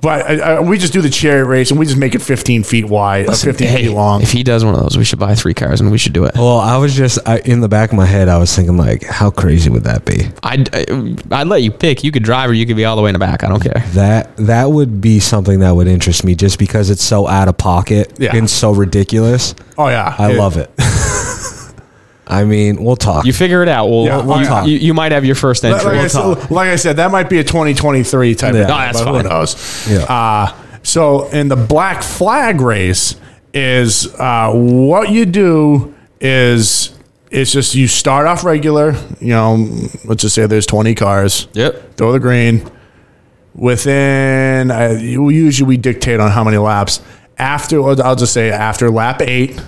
E: But I, I, we just do the chariot race and we just make it 15 feet wide, or 15
D: Hey,
E: feet long.
D: If he does one of those, we should buy three cars and we should do it.
F: Well, I was just I, in the back of my head. I was thinking like, how crazy would that be?
D: I'd, I- I'd let you pick. You could drive or you could be all the way in the back. I don't care.
F: That that would be something that would interest me just because it's so out of pocket
E: Yeah.
F: and so ridiculous.
E: Oh yeah,
F: I love it. I mean, we'll talk.
D: You figure it out. We'll,
E: Yeah, we'll
D: you,
F: talk.
D: You, you might have your first
E: Like,
D: entry.
E: I said, like I said, that might be a 2023 type.
F: Yeah.
E: Of thing,
F: No,
D: that's
E: but
D: fine.
E: Who knows?
F: Yeah.
E: Uh, so in the black flag race is uh, what you do is it's just you start off regular. You know, let's just say there's 20 cars.
D: Yep.
E: Throw the green. Within, I, usually we dictate on how many laps. After, I'll just say after lap eight,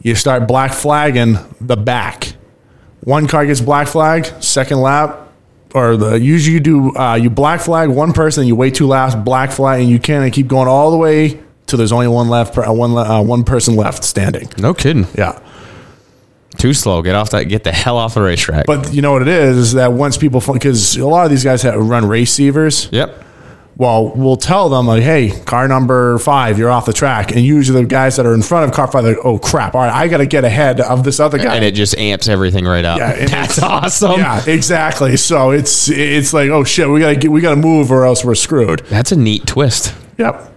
E: you start black flagging the back. One car gets black flagged, second lap, or the usually you do uh, you black flag one person, you wait two laps, black flag, and you can and keep going all the way till there's only one left, per- uh, one le- uh, one person left standing.
D: No kidding.
E: Yeah,
D: Too slow. Get off that. Get the hell off the racetrack.
E: but you know what it is is that once people because a lot of these guys have run receivers.
D: yep.
E: well, we'll tell them like, hey, car number five, you're off the track. And usually the guys that are in front of car five, they're like, oh crap, all right, I got to get ahead of this other guy.
D: And it just amps everything right up.
E: Yeah, and
D: That's
E: it's-
D: awesome.
E: yeah, exactly. So it's it's like, oh shit, we gotta get, we gotta move or else we're screwed.
D: That's a neat twist.
E: Yep.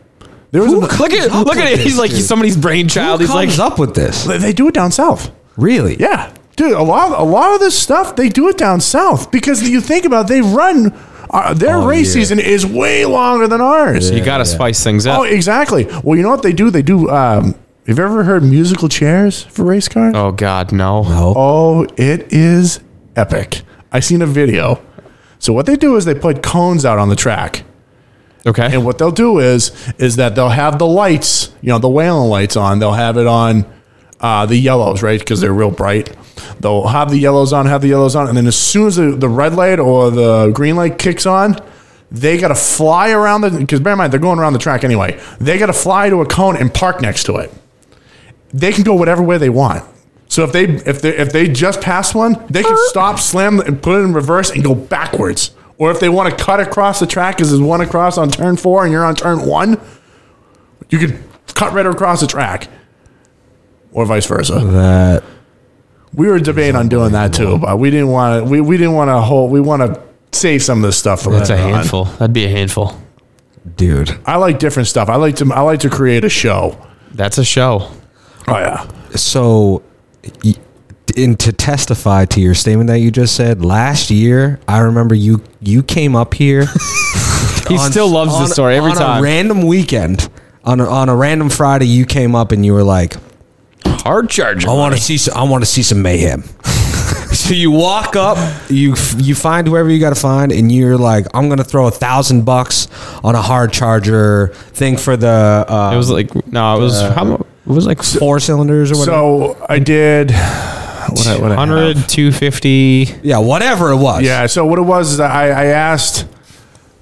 E: There was a,
D: Look at look at it. He's like somebody's brainchild.
F: Who
D: He's like
F: comes up with this?
E: they do it down south.
F: Really?
E: Yeah, dude, a lot a lot of this stuff they do it down south because you think about it, they run uh, their
F: Oh,
E: race
F: yeah.
E: season is way longer than ours.
D: you got to spice things up.
E: Oh, exactly. Well, you know what they do? They do. Um, have you ever heard musical chairs for race cars?
D: Oh God, no.
E: Oh, it is epic. I seen a video. So what they do is they put cones out on the track.
D: Okay.
E: And what they'll do is is that they'll have the lights, you know, the Whalen lights on. They'll have it on uh, the yellows, right? Because they're real bright. They'll have the yellows on, have the yellows on, and then as soon as the, the red light or the green light kicks on, they got to fly around the. Because bear in mind, they're going around the track anyway. They got to fly to a cone and park next to it. They can go whatever way they want. So if they if they if they just pass one, they can stop, slam, and put it in reverse and go backwards. Or if they want to cut across the track, because there's one across on turn four and you're on turn one, you could cut right across the track, or vice versa.
F: That
E: We were debating on doing that too, but we didn't want to. We, we didn't want to hold. We want to save some of this stuff for
D: That's a
E: later on.
D: handful. That'd be a handful.
F: dude.
E: I like different stuff. I like to. I like to create a show.
D: That's a show.
E: Oh yeah,
F: So, y- and to testify to your statement that you just said last year, I remember you you came up here.
D: He still loves
F: on-
D: this story every
F: on
D: time.
F: A random weekend, on a, on a random Friday, you came up and you were like,
D: Hard charger.
F: I
E: Oh.
F: want to see some, I want to see some mayhem. so you walk up, you you find whoever you got to find, and you're like, I'm gonna throw a thousand bucks on a hard charger thing for the uh,
D: It was like no. It was
E: Uh,
D: how mu- It was like
F: four cylinders or whatever.
E: So I did. What, I- what I have.
D: 100, 250.
F: yeah, whatever it was.
E: Yeah. So what it was is I, I asked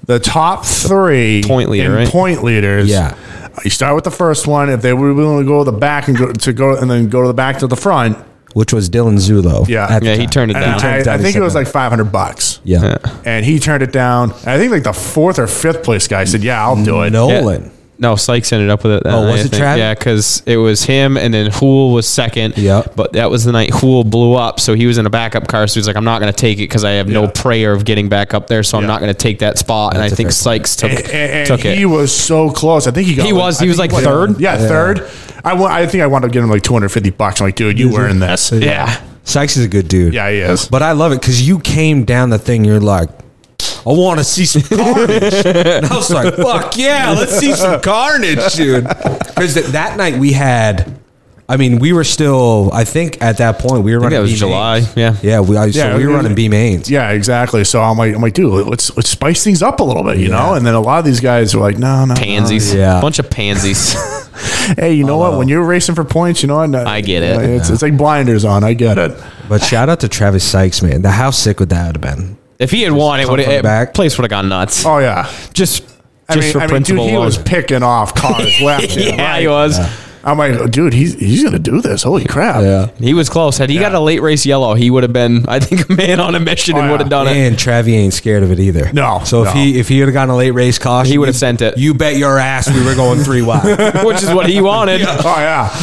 E: the top three
D: Point leader,
E: in
D: right?
E: point leaders. Uh,
F: Yeah.
E: You start with the first one. If they were willing to go to the back and go to go and then go to the back to the front,
F: which was Dylan Zulo.
E: Yeah.
F: at the
D: Yeah, he
F: time.
D: turned it
E: and
D: down.
E: I,
F: Turned it down,
E: I
F: he
E: think
F: said
E: it was
F: no.
E: like five hundred bucks.
F: Yeah,
D: Yeah.
E: And he turned it down. I think like the fourth or fifth place guy said, "Yeah, I'll do it."
F: Nolan.
D: No, Sykes ended up with it. That
F: Oh, was
D: night, I
F: it
D: think.
F: Trav?
D: Yeah, because it was him, and then Hool was second.
F: Yep.
D: But that was the night Hool blew up, so he was in a backup car. So he's like, "I'm not going to take it because I have no
E: Yeah.
D: prayer of getting back up there, so I'm
E: Yeah.
D: not going to take that spot." and
F: That's
D: I
F: a
D: think
F: fair
D: Sykes took
E: And, and- and
D: took
E: he
D: it.
E: was so close. I think he got.
D: He was-
E: I
D: he was,
E: think
D: like,
E: won-
D: third?
E: Yeah, third. I wa- I think I wound up getting him like two hundred fifty bucks. I'm like, dude, you were in this.
D: yeah.
F: Sykes is a good dude.
E: Yeah, he is.
F: But I love it because you came down the thing. You're like, I want to see some carnage. and I was like, fuck yeah, let's see some carnage, dude. Because th- that night we had, I mean, we were still, I think at that point we were running.
D: that was
F: B-mains.
D: July, yeah.
F: yeah. We, I,
E: Yeah,
F: so we were
E: it-
F: running B mains.
E: Yeah, exactly. So I'm like, I'm like, dude, let's let's spice things up a little bit, you know. And then a lot of these guys were like, no, no, no.
D: Pansies.
F: Yeah.
D: Bunch of pansies.
E: hey, you know what? When you're racing for points, you know what?
D: Oh. I get it.
E: It's, it's like blinders on. I get it.
F: But shout out to Travis Sykes, man. The how sick would that have been?
D: If he had won, it would
F: come
D: have
F: back.
D: place would have gone nuts.
E: Oh yeah.
D: Just
E: I
D: just
E: mean,
D: for
E: I mean, dude,
D: principle
E: he
D: alone.
E: was picking off cars left. and
D: yeah,
E: right.
D: he was.
E: I'm like, dude, he's he's gonna do this. Holy crap!
D: He was close. Had he got a late race yellow, he would have been, I think, a man on a mission
E: Oh,
D: and would have
E: yeah.
D: done it.
F: And Travi ain't scared of it either.
E: No,
F: So if
E: no.
F: he if he would have gotten a late race caution,
D: He would have
F: you-
D: sent it.
F: You bet your ass we were going three wide.
D: which is what he wanted.
E: Oh yeah.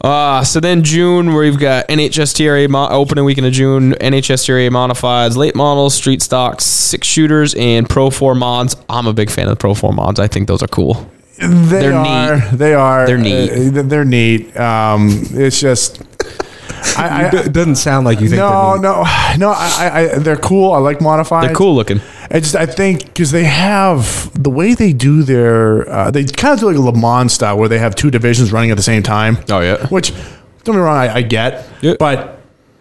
D: Uh, so then June, we've got NHSTRA mo- opening weekend of June, NHSTRA modifieds, late models, street stocks, six shooters, and Pro 4 mods. I'm a big fan of the Pro 4 mods. I think those are cool.
E: They
D: They're
E: are.
D: neat.
E: They are.
D: They're neat.
E: uh, they're- they're neat. Um, it's just. I, I,
F: it doesn't sound like you think.
E: no,
F: they're neat.
E: no, no. I, I, I, they're cool. I like modified.
D: They're cool looking.
E: I just, I think because they have the way they do their, uh, they kind of do like a Le Mans style where they have two divisions running at the same time.
D: Oh, yeah.
E: Which, don't be wrong, I, I get,
D: Yeah.
E: but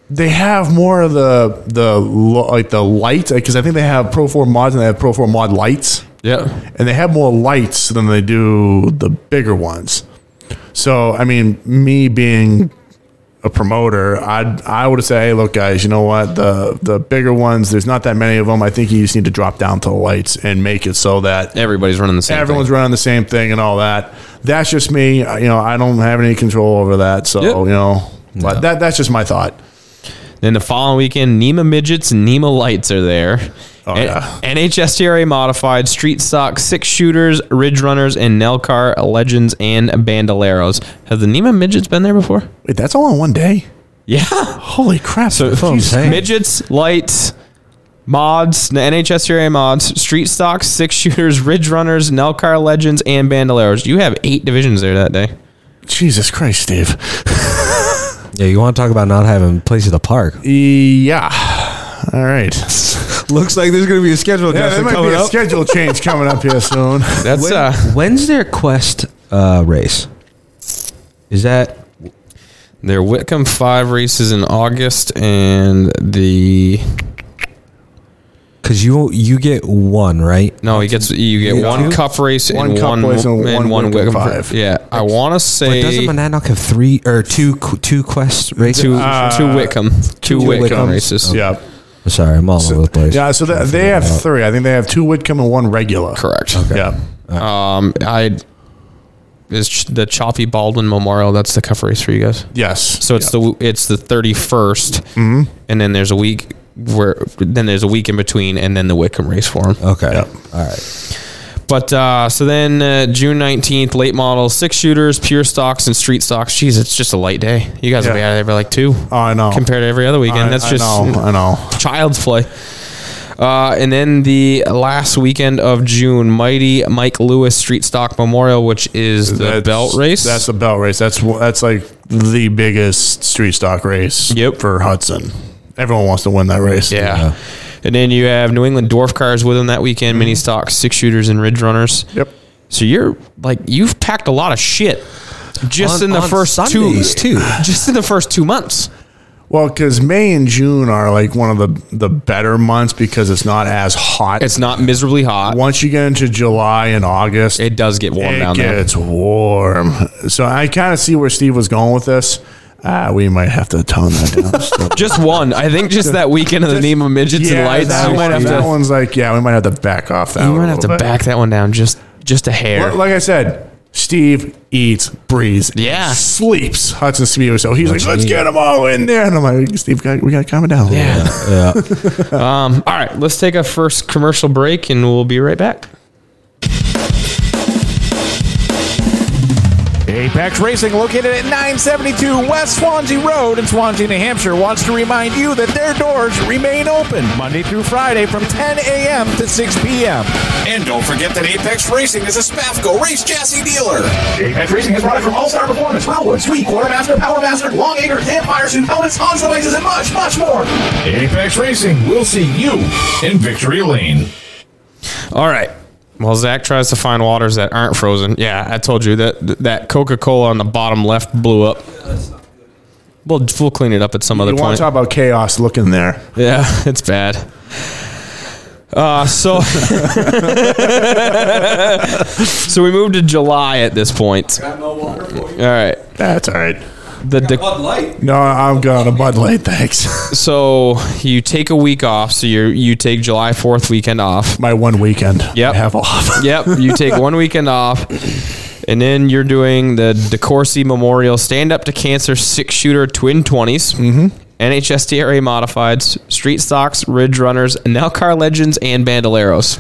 E: they have more of the the lo- like the light because I think they have Pro Four mods and they have Pro Four mod lights
D: Yeah.
E: and they have more lights than they do the bigger ones. So, I mean, me being a promoter, I'd I would say, hey, look, guys, you know what? The the bigger ones, there's not that many of them. I think you just need to drop down to the lights and make it so that
D: Everybody's running the same.
E: everyone's
D: thing.
E: running the same thing and all that. That's just me. I- You know, I don't have any control over that. So,
D: Yep.
E: you know, but that that's just my thought.
D: Then the following weekend, NEMA midgets and NEMA lights are there.
E: Oh,
D: N-
E: yeah.
D: NHSTRA modified, street stock, six shooters, ridge runners, and Nelcar legends and bandoleros. Have the NEMA midgets been there before?
E: Wait, that's all in one day?
D: Yeah.
E: Holy crap!
D: So
E: Jeez.
F: saying.
D: midgets, lights, mods, the NHSRA mods, street stocks, six shooters, ridge runners, Nelcar legends, and bandoleros. You have eight divisions there that day.
E: Jesus Christ, Steve.
F: Yeah, you want to talk about not having place at the park?
E: Yeah. All right.
F: Looks like there's going to be a schedule
E: Yeah, there might be a schedule change coming up here soon.
D: That's uh,
F: When's their quest uh, race? Is that
D: their Whitcomb Five races in August, and the
F: because you you get one right?
D: no, he gets you get
F: Yeah.
D: one
F: Two?
D: cup race and
E: One
D: one
E: cup race and one
D: Whitcomb
E: Whitcomb Five.
D: Yeah, I want to
F: But doesn't
D: say.
F: Monadnock have three or two two quest races?
D: Two, two Whitcomb, two, Whitcomb,
F: Whitcombs.
D: races.
E: Ah. yeah.
F: Sorry, I'm all over the place.
E: Yeah, so that, they have three. I think they have two Whitcomb and one regular.
D: Correct.
E: Yeah.
D: Um, I is ch- the Choppy Baldwin Memorial. That's the cup race for you guys.
E: Yes.
D: So it's the it's the thirty
E: Mm-hmm.
D: and then there's a week where then there's a week in between, and then the Wickham race for him.
F: Okay.
E: Yep.
F: All right.
D: But uh, so then uh, June nineteenth, late models, six shooters, pure stocks, and street stocks. Jeez, it's just a light day. You guys will be
E: Yeah.
D: out of there by like two.
E: Oh, I know.
D: Compared to every other weekend,
E: I-
D: that's
E: I
D: just
E: know, I know.
D: child's play. Uh, and then the last weekend of June, Mighty Mike Lewis Street Stock Memorial, which is the
E: That's-
D: belt race.
E: That's the belt race. That's wh- that's like the biggest street stock race.
D: Yep.
E: For Hudson, everyone wants to win that race.
D: Yeah. And then you have New England dwarf cars with them that weekend, mini stocks, six shooters, and ridge runners.
E: Yep.
D: So you're like you've packed a lot of shit just
F: On-
D: in the
F: on
D: first
F: Sundays,
D: two
F: too.
D: just in the first two months.
E: Well, because May and June are like one of the the better months because it's not as hot.
D: It's not miserably hot.
E: once you get into July and August,
D: it does get warm down there.
E: It's warm. So I kind of see where Steve was going with this. Uh, we might have to tone that down. still.
D: Just one, I think. Just that weekend of the name of midgets and lights.
E: that,
D: you
E: one-
D: might have
E: that
D: to.
E: one's like, yeah, we might have to back off that.
D: you
E: one a
D: might have to
E: little bit.
D: back that one down just just a hair.
E: Well, Like I said, Steve eats, breathes, and
D: Yeah.
E: sleeps. Hudson Spew. So he's like, let's get them all in there. And I'm like, Steve, got- we got to calm it down. a little
D: yeah.
E: bit.
D: um, all right, let's take a first commercial break, and we'll be right back.
C: Apex Racing, located at 972 West Swansea Road in Swansea, New Hampshire, wants to remind you that their doors remain open Monday through Friday from 10 a.m. to 6 p.m.
A: And don't forget that Apex Racing is a Spafco race chassis dealer.
G: Apex Racing is brought from All Star Performance, Wildwood, Sweet, Quartermaster, Powermaster, Longacre, Campfire Suit, Helmets, Hans Devices, and much, much more. Apex Racing will see you in Victory Lane.
D: All right. Well, Zach tries to find waters that aren't frozen. Yeah, I told you that that Coca Cola on the bottom left blew up. We'll we'll clean it up at some other
E: You want
D: point.
E: to talk about chaos? Look in there.
D: yeah, it's bad. Uh, so, so we moved to July at this point. All right.
E: That's all right.
D: The de-
E: No, I've got a Bud Light, thanks.
D: so you take a week off. So you you take July Fourth weekend off.
E: My one weekend
D: Yep.
E: I have off.
D: Yep. You take one weekend off, and then you're doing the DeCourcy Memorial Stand Up to Cancer Six Shooter Twin 20s
E: Mm-hmm.
D: NHSDRA Modifieds, Street Stocks, Ridge Runners, Nelcar Legends, and Bandoleros.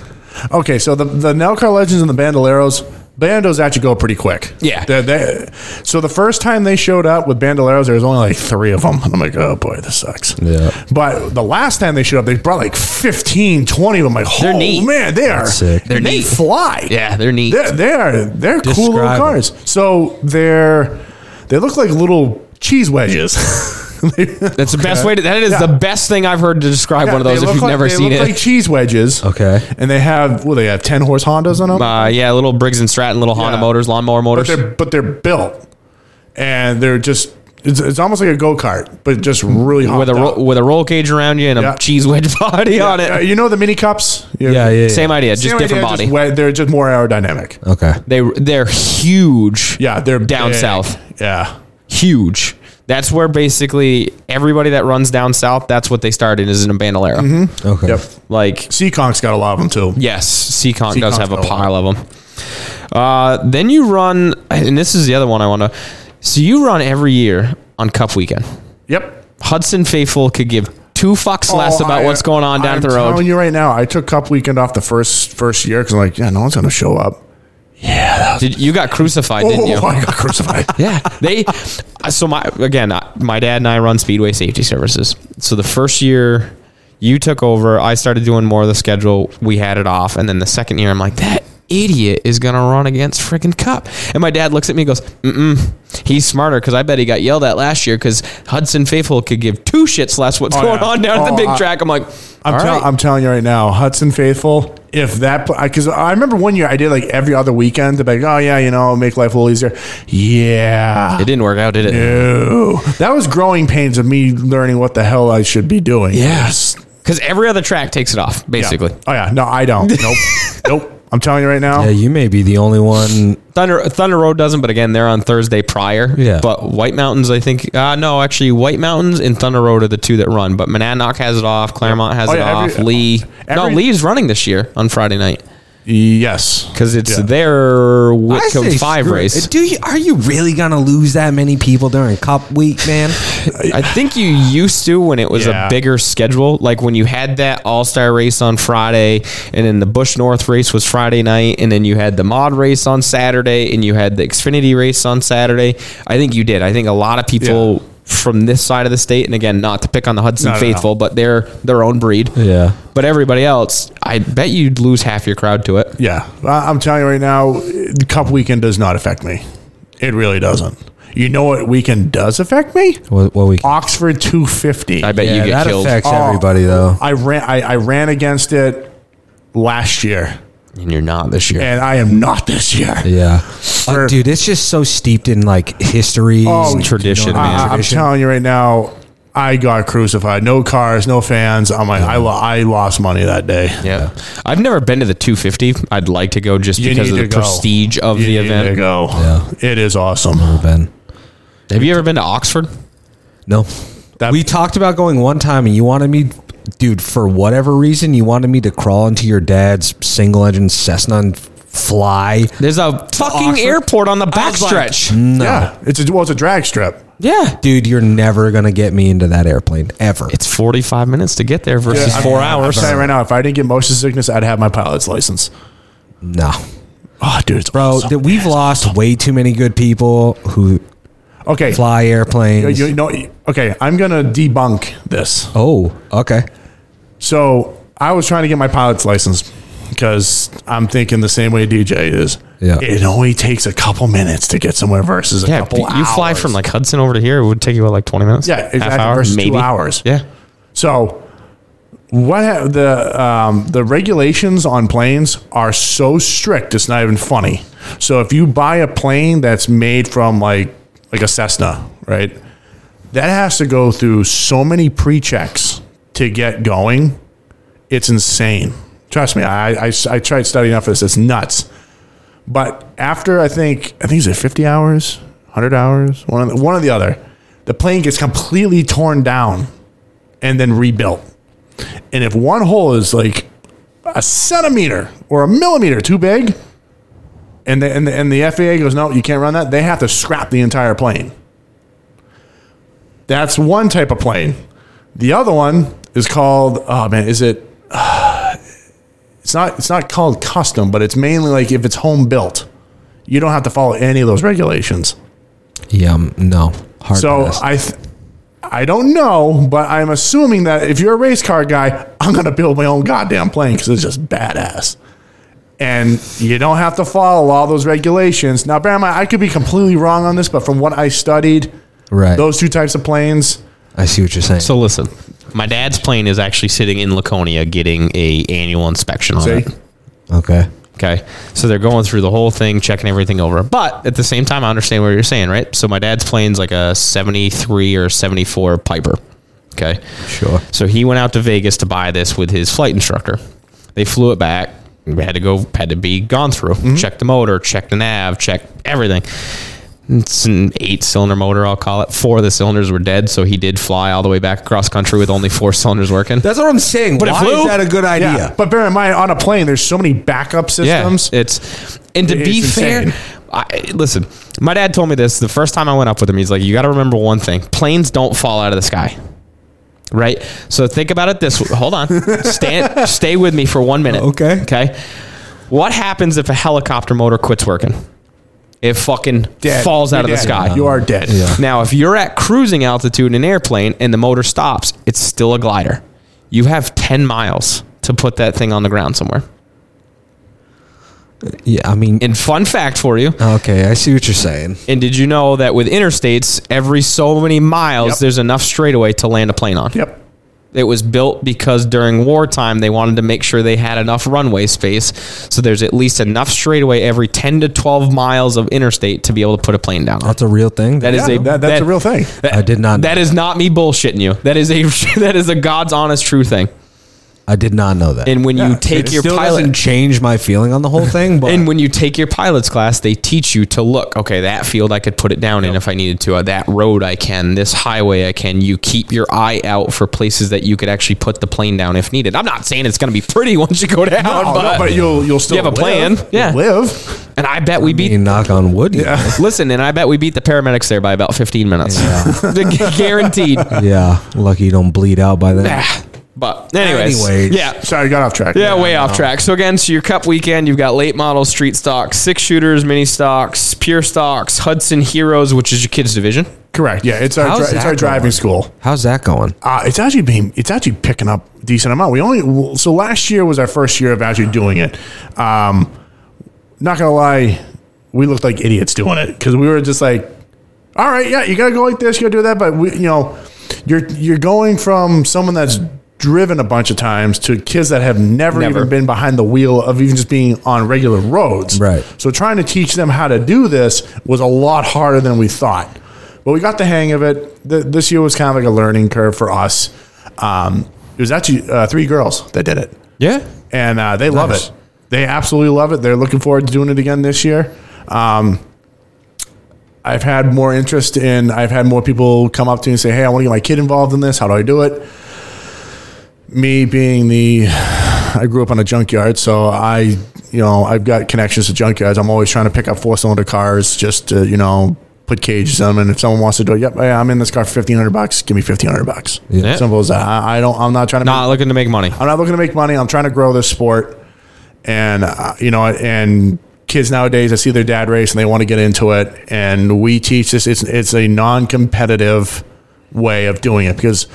E: Okay, so the the Nelcar Legends and the Bandoleros. Bandos actually go pretty quick.
D: Yeah.
E: They're- they- so the first time they showed up with Bandoleros, there was only like three of them. I'm like, oh boy, this sucks.
F: Yeah.
E: But the last time they showed up, they brought like 15, 20 of them. Like, oh
D: They're neat.
E: man, they are
F: sick.
E: They're
D: They're
E: they
D: neat.
E: fly.
D: Yeah, they're neat.
E: They're, they are they're cool little
F: Describe 'em.
E: cars. So they're they look like little cheese wedges.
D: That's the best way to. That is
E: Yeah.
D: the best thing I've heard to describe one of
E: Yeah,
D: those
E: they
D: if
E: look
D: you've
E: like-
D: never
E: they
D: seen
E: look
D: it.
E: like cheese wedges.
F: Okay.
E: and they have well, they have ten horse Hondas on them.
D: uh, yeah, little Briggs and Stratton, little Honda
E: Yeah.
D: motors, lawnmower
E: but
D: motors.
E: they're but they're built, and they're just it's, it's almost like a go kart, but just really hot.
D: with a ro- with a roll cage around you and a
E: Yeah.
D: cheese wedge body on it.
E: Uh, you know the mini cups. You-
F: Yeah, yeah.
D: Same idea, just
E: Same
D: different
E: idea,
D: body.
E: just wet- they're just more aerodynamic.
F: Okay.
D: they they're huge.
E: Yeah, they're
D: Down
E: big.
D: south.
E: Yeah,
D: huge. That's where basically everybody that runs down south, that's what they started is in a bandolero.
F: Okay.
E: yep.
D: Like
E: Seaconk's got a lot of them too.
D: Yes, Seacon
E: Seacon's
D: does have a
E: got a lot.
D: pile of them. Uh, then you run, and this is the other one I want to. So you run every year on Cup Weekend.
E: Yep.
D: Hudson Faithful could give two fucks less
E: Oh,
D: about
E: I-
D: what's going on down
E: I'm
D: the road.
E: telling you right now, I took Cup Weekend off the first first year because I'm like, yeah, no one's gonna show up.
D: Did, you got crucified,
E: Oh,
D: didn't you?
E: I got crucified.
D: Yeah, they. So my again, I- my dad and I run Speedway Safety Services. So the first year you took over, I started doing more of the schedule. We had it off, and then the second year, I'm like that idiot is gonna run against freaking Cup. And my dad looks at me, and goes, "Mm-mm, he's smarter because I bet he got yelled at last year because Hudson Faithful could give two shits less what's
E: Oh,
D: going
E: yeah.
D: on down at
E: Oh,
D: the big
E: I-
D: track." I'm like,
E: I'm,
D: "All
E: tell-
D: right."
E: I'm telling you right now, Hudson Faithful. If that, because I remember one year I did like every other weekend to be like, oh yeah, you know, make life a little easier. Yeah,
D: it didn't work out, did it?
E: no, that was growing pains of me learning what the hell I should be doing.
D: Yes. Because every other track takes it off, basically.
E: Yeah. Oh yeah, no, I don't. Nope, nope. I'm telling you right now.
F: Yeah, you may be the only one.
D: Thunder Thunder Road doesn't, but again, they're on Thursday prior.
F: Yeah.
D: But White Mountains, I think. Uh, no, actually, White Mountains and Thunder Road are the two that run. But Monadnock has it off. Claremont has
E: Oh,
D: it
E: yeah,
D: off.
E: every-
D: Lee. no,
E: every-
D: Lee's running this year on Friday night
E: Yes,
D: because it's
E: Yeah.
D: their
F: I
D: Whitcomb
F: say
D: Five
F: screw it.
D: race.
F: Do you? Are you really gonna lose that many people during Cup Week, man?
D: I think you used to when it was
E: Yeah.
D: a bigger schedule, like when you had that All Star race on Friday, and then the Bush North race was Friday night, and then you had the Mod race on Saturday, and you had the Xfinity race on Saturday. I think you did. I think a lot of people from this side of the state, and again, not to pick on the Hudson
E: No, no, no.
D: faithful, but they're their own breed.
F: Yeah.
D: But everybody else, I bet you'd lose half your crowd to it.
E: Yeah, I- I'm telling you right now, it- Cup Weekend does not affect me. It really doesn't. You know what weekend does affect me?
F: What, what we?
E: Oxford 250.
D: I bet
F: yeah,
D: you get
F: that
D: killed.
F: affects
E: Oh.
F: everybody though.
E: I ran. I, I ran against it last year,
D: and you're not this year.
E: and I am not this year.
F: Yeah,
E: For-
F: Uh, dude, it's just so steeped in like history,
E: Oh,
F: and
D: tradition,
F: you know,
D: man.
E: I, I'm
F: tradition.
E: telling you right now, I got crucified. No cars, no fans. I'm like, I, lo- I lost money that day.
D: Yeah. I've never been to the 250. I'd like to go just
E: You
D: because of
E: need
D: the
E: to go.
D: prestige of
E: You
D: the
E: need to
D: event.
E: go.
F: Yeah.
E: It is awesome.
F: Ben.
D: Have you ever been to Oxford?
F: No,
E: That-
F: we talked about going one time, and you wanted me, dude, for whatever reason, you wanted me to crawl into your dad's single engine Cessna and fly.
D: There's a fucking
F: Oxford?
D: airport on the
F: was like,
D: backstretch.
E: Yeah, it's a, well, it's a drag strip.
D: yeah.
F: Dude, you're never gonna get me into that airplane ever.
D: It's 45 minutes to get there versus four hours.
E: I'm telling you right now, if I didn't get motion sickness, I'd have my pilot's license.
F: no,
E: Oh, dude, it's
F: bro,
E: awesome.
F: that we've lost way too many good people who
E: Okay,
F: fly airplanes.
E: You know, okay, I'm gonna debunk this.
F: oh, okay.
E: So I was trying to get my pilot's license because I'm thinking the same way DJ is.
F: Yeah.
E: It only takes a couple minutes to get somewhere versus a
D: Yeah,
E: couple
D: you fly
E: hours.
D: from like Hudson over to here. It would take you what, like 20 minutes.
E: Yeah,
D: Half
E: exactly,
D: hour,
E: versus two
D: maybe?
E: hours.
D: Yeah,
E: So what ha- the um, the regulations on planes are so strict it's not even funny. So if you buy a plane that's made from like like a Cessna, right? That has to go through so many pre-checks to get going. It's insane. Trust me, I, I, I tried studying up for this. It's nuts. But after I think I think it's like 50 hours, 100 hours, one of the, one or the other, the plane gets completely torn down and then rebuilt. And if one hole is like a centimeter or a millimeter too big, and the, and the, and the FAA goes, no, you can't run that. They have to scrap the entire plane. That's one type of plane. The other one is called oh man, is it? It's not. It's not called custom, but it's mainly like if it's home built, you don't have to follow any of those regulations.
F: Yum. um, No. Hard
E: So
F: pass.
E: I, th- I don't know, but I'm assuming that if you're a race car guy, I'm gonna build my own goddamn plane because it's just badass, and you don't have to follow all those regulations. Now, bear in mind, I could be completely wrong on this, but from what I studied,
F: right.
E: those two types of planes,
F: I see what you're saying.
D: So listen, my dad's plane is actually sitting in Laconia getting a annual inspection on
E: see,
D: it.
F: okay.
D: Okay. So they're going through the whole thing, checking everything over. But at the same time, I understand what you're saying, right? So my dad's plane's like a 73 or 74 Piper. Okay.
F: Sure.
D: So he went out to Vegas to buy this with his flight instructor. They flew it back. We had to go, had to be gone through. Check the motor, check the nav, check everything. It's an eight cylinder motor, I'll call it. Four of the cylinders were dead, so he did fly all the way back across country with only four cylinders working.
F: That's what I'm saying.
D: But it
F: Why
D: flew?
F: is that a good idea?
E: yeah. But bear in mind, on a plane, there's so many backup systems.
D: Yeah, it's and to
E: It's
D: be
E: insane.
D: fair, I, listen. My dad told me this the first time I went up with him. He's like, "You got to remember one thing: planes don't fall out of the sky." Right. So think about it this. w- Hold on. Stand. stay with me for one minute.
F: Okay.
D: Okay. What happens if a helicopter motor quits working? It fucking
E: Dead.
D: falls out
E: You're
D: of the
E: dead.
D: sky.
E: You are dead.
D: Now, if you're at cruising altitude in an airplane and the motor stops, it's still a glider. You have 10 miles to put that thing on the ground somewhere.
F: Yeah, I mean,
D: And fun fact for you,
F: okay, I see what you're saying.
D: and did you know that with interstates, every so many miles,
E: Yep.
D: there's enough straightaway to land a plane on?
E: Yep.
D: It was built because during wartime, they wanted to make sure they had enough runway space. So there's at least enough straightaway every 10 to 12 miles of interstate to be able to put a plane down on.
F: That's a real thing.
D: That is
E: Yeah,
D: a
E: that- that's a real thing.
D: that-
F: I did not know
D: That is not me bullshitting you. That is a that is a God's honest true thing.
F: I did not know that.
D: And when you
E: Yeah,
D: take
E: it
D: your
F: still
D: pilot
F: doesn't change my feeling on the whole thing. But
D: And when you take your pilot's class, they teach you to look, okay, that field I could put it down in if I needed to, uh, that road I can, this highway I can. You keep your eye out for places that you could actually put the plane down if needed. I'm not saying it's going to be pretty once you go down,
E: No, Oh, no,
D: but,
E: but, you'll you'll still
D: have a
E: live.
D: plan.
E: You'll
D: Yeah.
E: live.
D: and I bet we
F: you
D: beat.
F: knock on wood, you know?
D: Listen, and I bet we beat the paramedics there by about 15 minutes, guaranteed.
F: yeah, lucky you don't bleed out by then.
D: Ah, but anyways,
F: Anyways.
D: yeah.
E: Sorry, I got off track.
D: Yeah, way off track. So again, so your cup weekend, you've got late models, street stocks, six shooters, mini stocks, pure stocks, Hudson Heroes, which is your kids division.
E: Correct. Yeah, it's our
F: How's
E: dri- it's
F: that
E: our driving
F: going?
E: school.
F: How's that going?
E: Uh, it's actually been it's actually picking up a decent amount. We only so last year was our first year of actually doing it. Um, not gonna lie, we looked like idiots doing it because we were just like, all right, yeah, you gotta go like this, you gotta do that, but we, you know, you're you're going from someone that's driven a bunch of times to kids that have never,
D: Never.
E: even been behind the wheel of even just being on regular roads.
F: Right.
E: So trying to teach them how to do this was a lot harder than we thought. But we got the hang of it. Th this year was kind of like a learning curve for us. Um, it was actually uh, three girls that did it
D: Yeah.
E: and uh, they love it. They absolutely love it. They're looking forward to doing it again this year. Um, I've had more interest in. I've had more people come up to me and say, "Hey, I want to get my kid involved in this. How do I do it?" Me being the, I grew up on a junkyard, so I, you know, I've got connections to junkyards. I'm always trying to pick up four cylinder cars just to, you know, put cages in them. And if someone wants to do it, yep, yeah, I'm in this car for fifteen hundred bucks. Give me fifteen hundred bucks.
D: Yeah.
E: Simple as that. I, I don't. I'm not trying to.
D: Not looking to make money.
E: I'm not looking to make money. I'm trying to grow this sport, and uh, you know, and kids nowadays, I see their dad race and they want to get into it, and we teach this. It's it's a non-competitive way of doing it because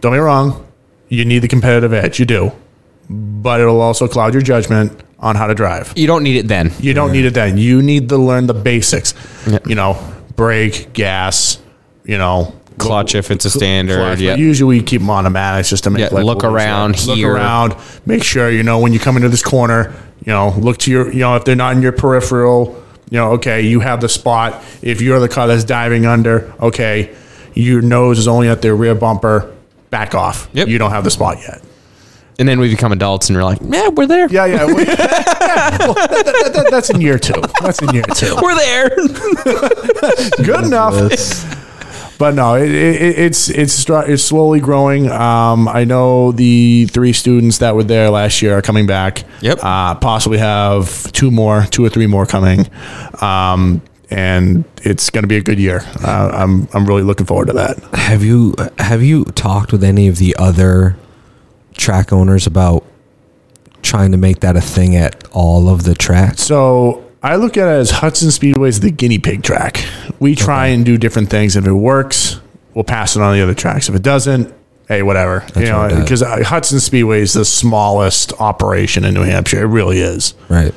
E: don't be wrong, you need the competitive edge. You do, but it'll also cloud your judgment on how to drive.
D: You don't need it then.
E: You don't need it then. You need to learn the basics. You know, brake, gas. You know,
D: Clutch if it's a standard.
E: flash, but
D: yeah.
E: Usually we keep them automatics just to make
D: Yeah, look
E: rules,
D: around
E: Look
D: here.
E: around. Make sure you know when you come into this corner. You know, look to your. You know, if they're not in your peripheral, you know, okay, you have the spot. If you're the car that's diving under, okay, your nose is only at their rear bumper. Back off.
D: Yep.
E: You don't have the spot yet.
D: And then we become adults and we're like, yeah, we're there.
E: Yeah, yeah. well, yeah, well, that- that- that- that's in year two. That's in year two.
D: We're there.
E: Good enough. But no, it, it, it's it's str- it's slowly growing. Um, I know the three students that were there last year are coming back.
D: Yep.
E: Uh, possibly have two more, two or three more coming, um, and it's going to be a good year. Uh, I'm I'm really looking forward to that.
F: Have you have you talked with any of the other track owners about trying to make that a thing at all of the tracks?
E: So I look at it as Hudson Speedway is the guinea pig track. We try and do different things. If it works, we'll pass it on to the other tracks. If it doesn't, hey, whatever. you
F: what
E: know,
F: it
E: because Hudson Speedway is the smallest operation in New Hampshire. It really is.
F: Right.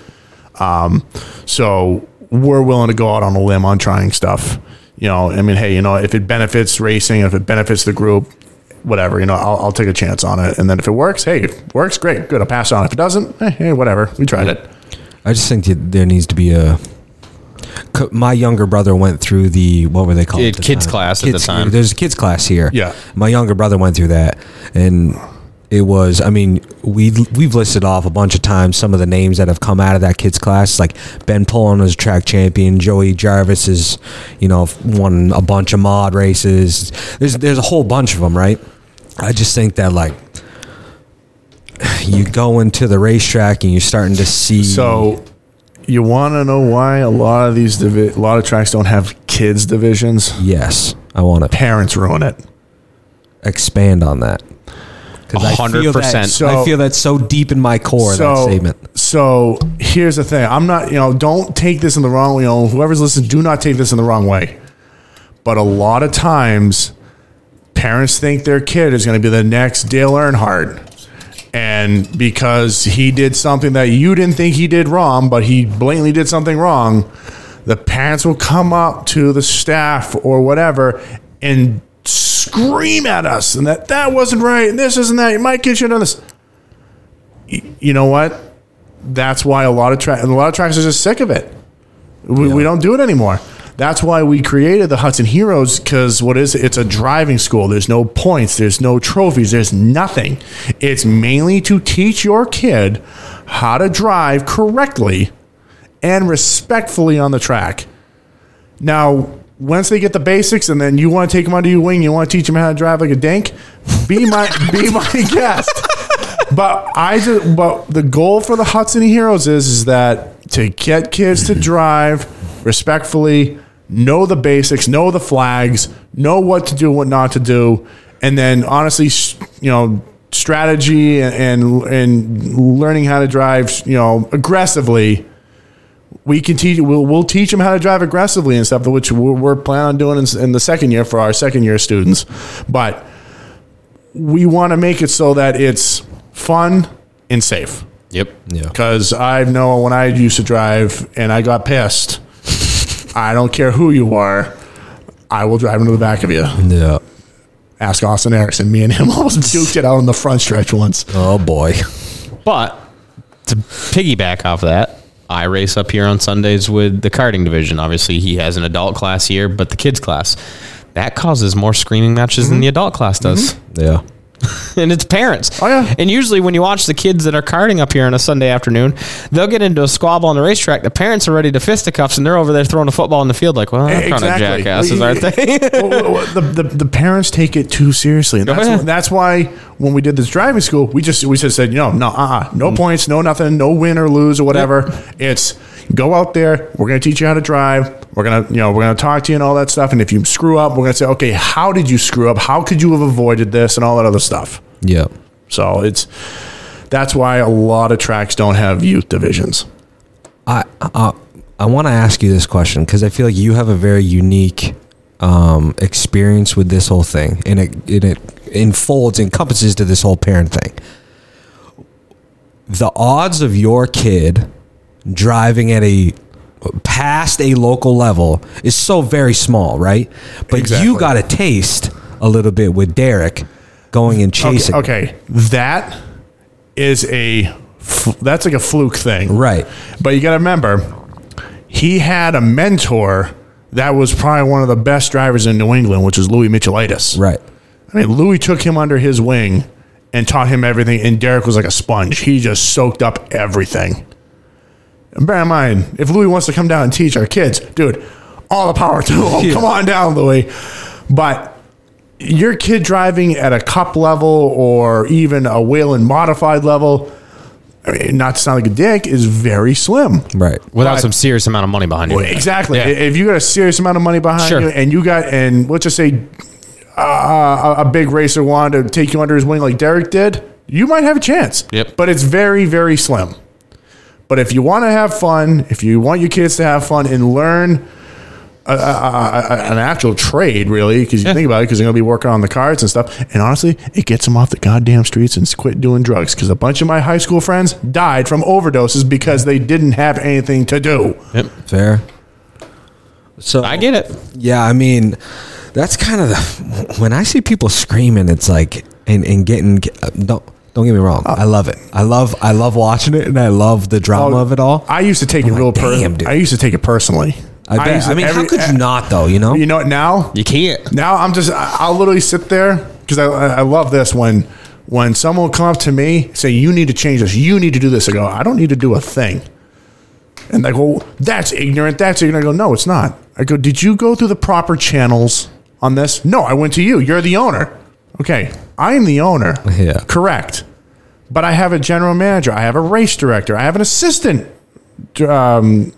E: So we're willing to go out on a limb on trying stuff. You know, I mean, hey, you know, if it benefits racing, if it benefits the group, whatever, you know, I'll, I'll take a chance on it. And then if it works, hey, if it works, great, good, I'll pass it on. If it doesn't, eh, hey, whatever, we tried it.
F: I just think that there needs to be a. c- My younger brother went through the what were they called?
D: Kid-
F: at the
D: kids class at the time.
F: There's a kids class here.
E: Yeah.
F: my younger brother went through that, and it was. I mean, we we've listed off a bunch of times some of the names that have come out of that kids class. Like Ben Pullen is a track champion. Joey Jarvis is, you know, won a bunch of mod races. There's there's a whole bunch of them, right? I just think that like. You go into the racetrack and you're starting to see.
E: So you want to know why a lot of these divi- a lot of tracks don't have kids divisions?
F: Yes, I want to
E: Parents ruin it.
F: expand on that. 'Cause I feel that-
D: 100%.
E: So-
F: I feel that so deep in my core, that statement.
E: so here's the thing. I'm not, you know, don't take this in the wrong way. You know, whoever's listening, do not take this in the wrong way. But a lot of times, parents think their kid is going to be the next Dale Earnhardt. And because he did something that you didn't think he did wrong, but he blatantly did something wrong, the parents will come up to the staff or whatever and scream at us and that that wasn't right and this isn't that. My kid should have done this you know what? That's why a lot of tra- a lot of tracks are just sick of it. We, we don't do it anymore. That's why we created the Hudson Heroes because what is it? It's a driving school. There's no points. There's no trophies. There's nothing. It's mainly to teach your kid how to drive correctly and respectfully on the track. Now, once they get the basics, and then you want to take them under your wing, you want to teach them how to drive like a dank. Be my be my guest. But I just, but the goal for the Hudson Heroes is is that to get kids to drive respectfully, know the basics, know the flags, know what to do, what not to do, and then honestly, s- you know, strategy and and, and learning how to drive, you know, aggressively we can teach we'll, we'll teach them how to drive aggressively and stuff which we're, we're planning on doing in, in the second year for our second year students but we want to make it so that it's fun and safe
D: Yep.
F: Yeah.
E: because i know when i used to drive and i got pissed i don't care who you are i will drive into the back of you
F: Yeah.
E: ask austin erickson me and him almost duked it out on the front stretch once
F: Oh boy.
D: But to piggyback off that, I race up here on Sundays with the karting division. Obviously, he has an adult class here, but the kids class that causes more screaming matches than the adult class does,
F: Yeah.
D: and it's parents.
E: Oh, yeah.
D: And usually, when you watch the kids that are karting up here on a Sunday afternoon, they'll get into a squabble on the racetrack. The parents are ready to fisticuffs, and they're over there throwing a football in the field, like, "Well, they're kind of jackasses, aren't they?"
E: Well, well, well, the, the, the parents take it too seriously. And
D: Oh,
E: that's,
D: yeah.
E: that's why when we did this driving school, we just we just said, you know, no, uh-uh, no
D: Mm.
E: points, no nothing, no win or lose or whatever. It's go out there. We're going to teach you how to drive. We're going to, you know, we're going to talk to you and all that stuff. And if you screw up, we're going to say, okay, how did you screw up? How could you have avoided this and all that other stuff?
F: Yeah.
E: So it's that's why a lot of tracks don't have youth divisions.
F: I I, I want to ask you this question because I feel like you have a very unique um, experience with this whole thing, and it and it enfolds encompasses to this whole parent thing. The odds of your kid driving at a past a local level is so very small, right? But you
E: Exactly.
F: got a taste a little bit with Derek going and
E: Okay,
F: chasing,
E: okay, that is a fl- that's like a fluke thing,
F: right?
E: But you got to remember, he had a mentor that was probably one of the best drivers in New England, which is Louis Michelitis.
F: Right.
E: I mean, Louis took him under his wing and taught him everything. And Derek was like a sponge. He just soaked up everything. And bear in mind, if Louis wants to come down and teach our kids, dude, all the power to him. Come on down, Louis. But your kid driving at a cup level or even a Whalen modified level, I mean, not to sound like a dick, is very slim.
F: Right.
D: without some serious amount of money behind you.
E: Exactly.
D: Yeah.
E: If you got a serious amount of money behind
D: Sure.
E: you, and you got, and let's just say, uh, a a big racer wanted to take you under his wing like Derek did, you might have a chance.
D: Yep.
E: But it's very, very slim. But if you want to have fun, if you want your kids to have fun and learn uh, a, a, a, a- an actual trade, really, because you think about it, because they're going to be working on the cards and stuff. And honestly, it gets them off the goddamn streets and quit doing drugs. Because a bunch of my high school friends died from overdoses because they didn't have anything to do.
F: Fair. So
D: I get it.
F: Yeah, I mean, that's kind of the when I see people screaming, it's like and and getting uh, don't don't get me wrong,
E: Oh.
F: I love it. I love I love watching it, and I love the drama
E: Oh,
F: of it all.
E: I used to take it
F: like,
E: real
F: "Damn,
E: personally.
F: dude."
E: I used to take it personally.
F: I, bet.
E: used
F: I,
E: to- every-
F: mean,
E: e,
F: how could you not though? You know,
E: You know what? Now,
D: You can't.
E: now I'm just. I- I'll literally sit there because I, I I love this when when someone will come up to me say you need to change this, you need to do this. I go, I don't need to do a thing. And they go, that's ignorant. That's ignorant. I go, no, it's not. I go, did you go through the proper channels on this? No, I went to you. You're the owner. Okay, I am the owner.
F: Yeah.
E: correct. But I have a general manager. I have a race director. I have an assistant um,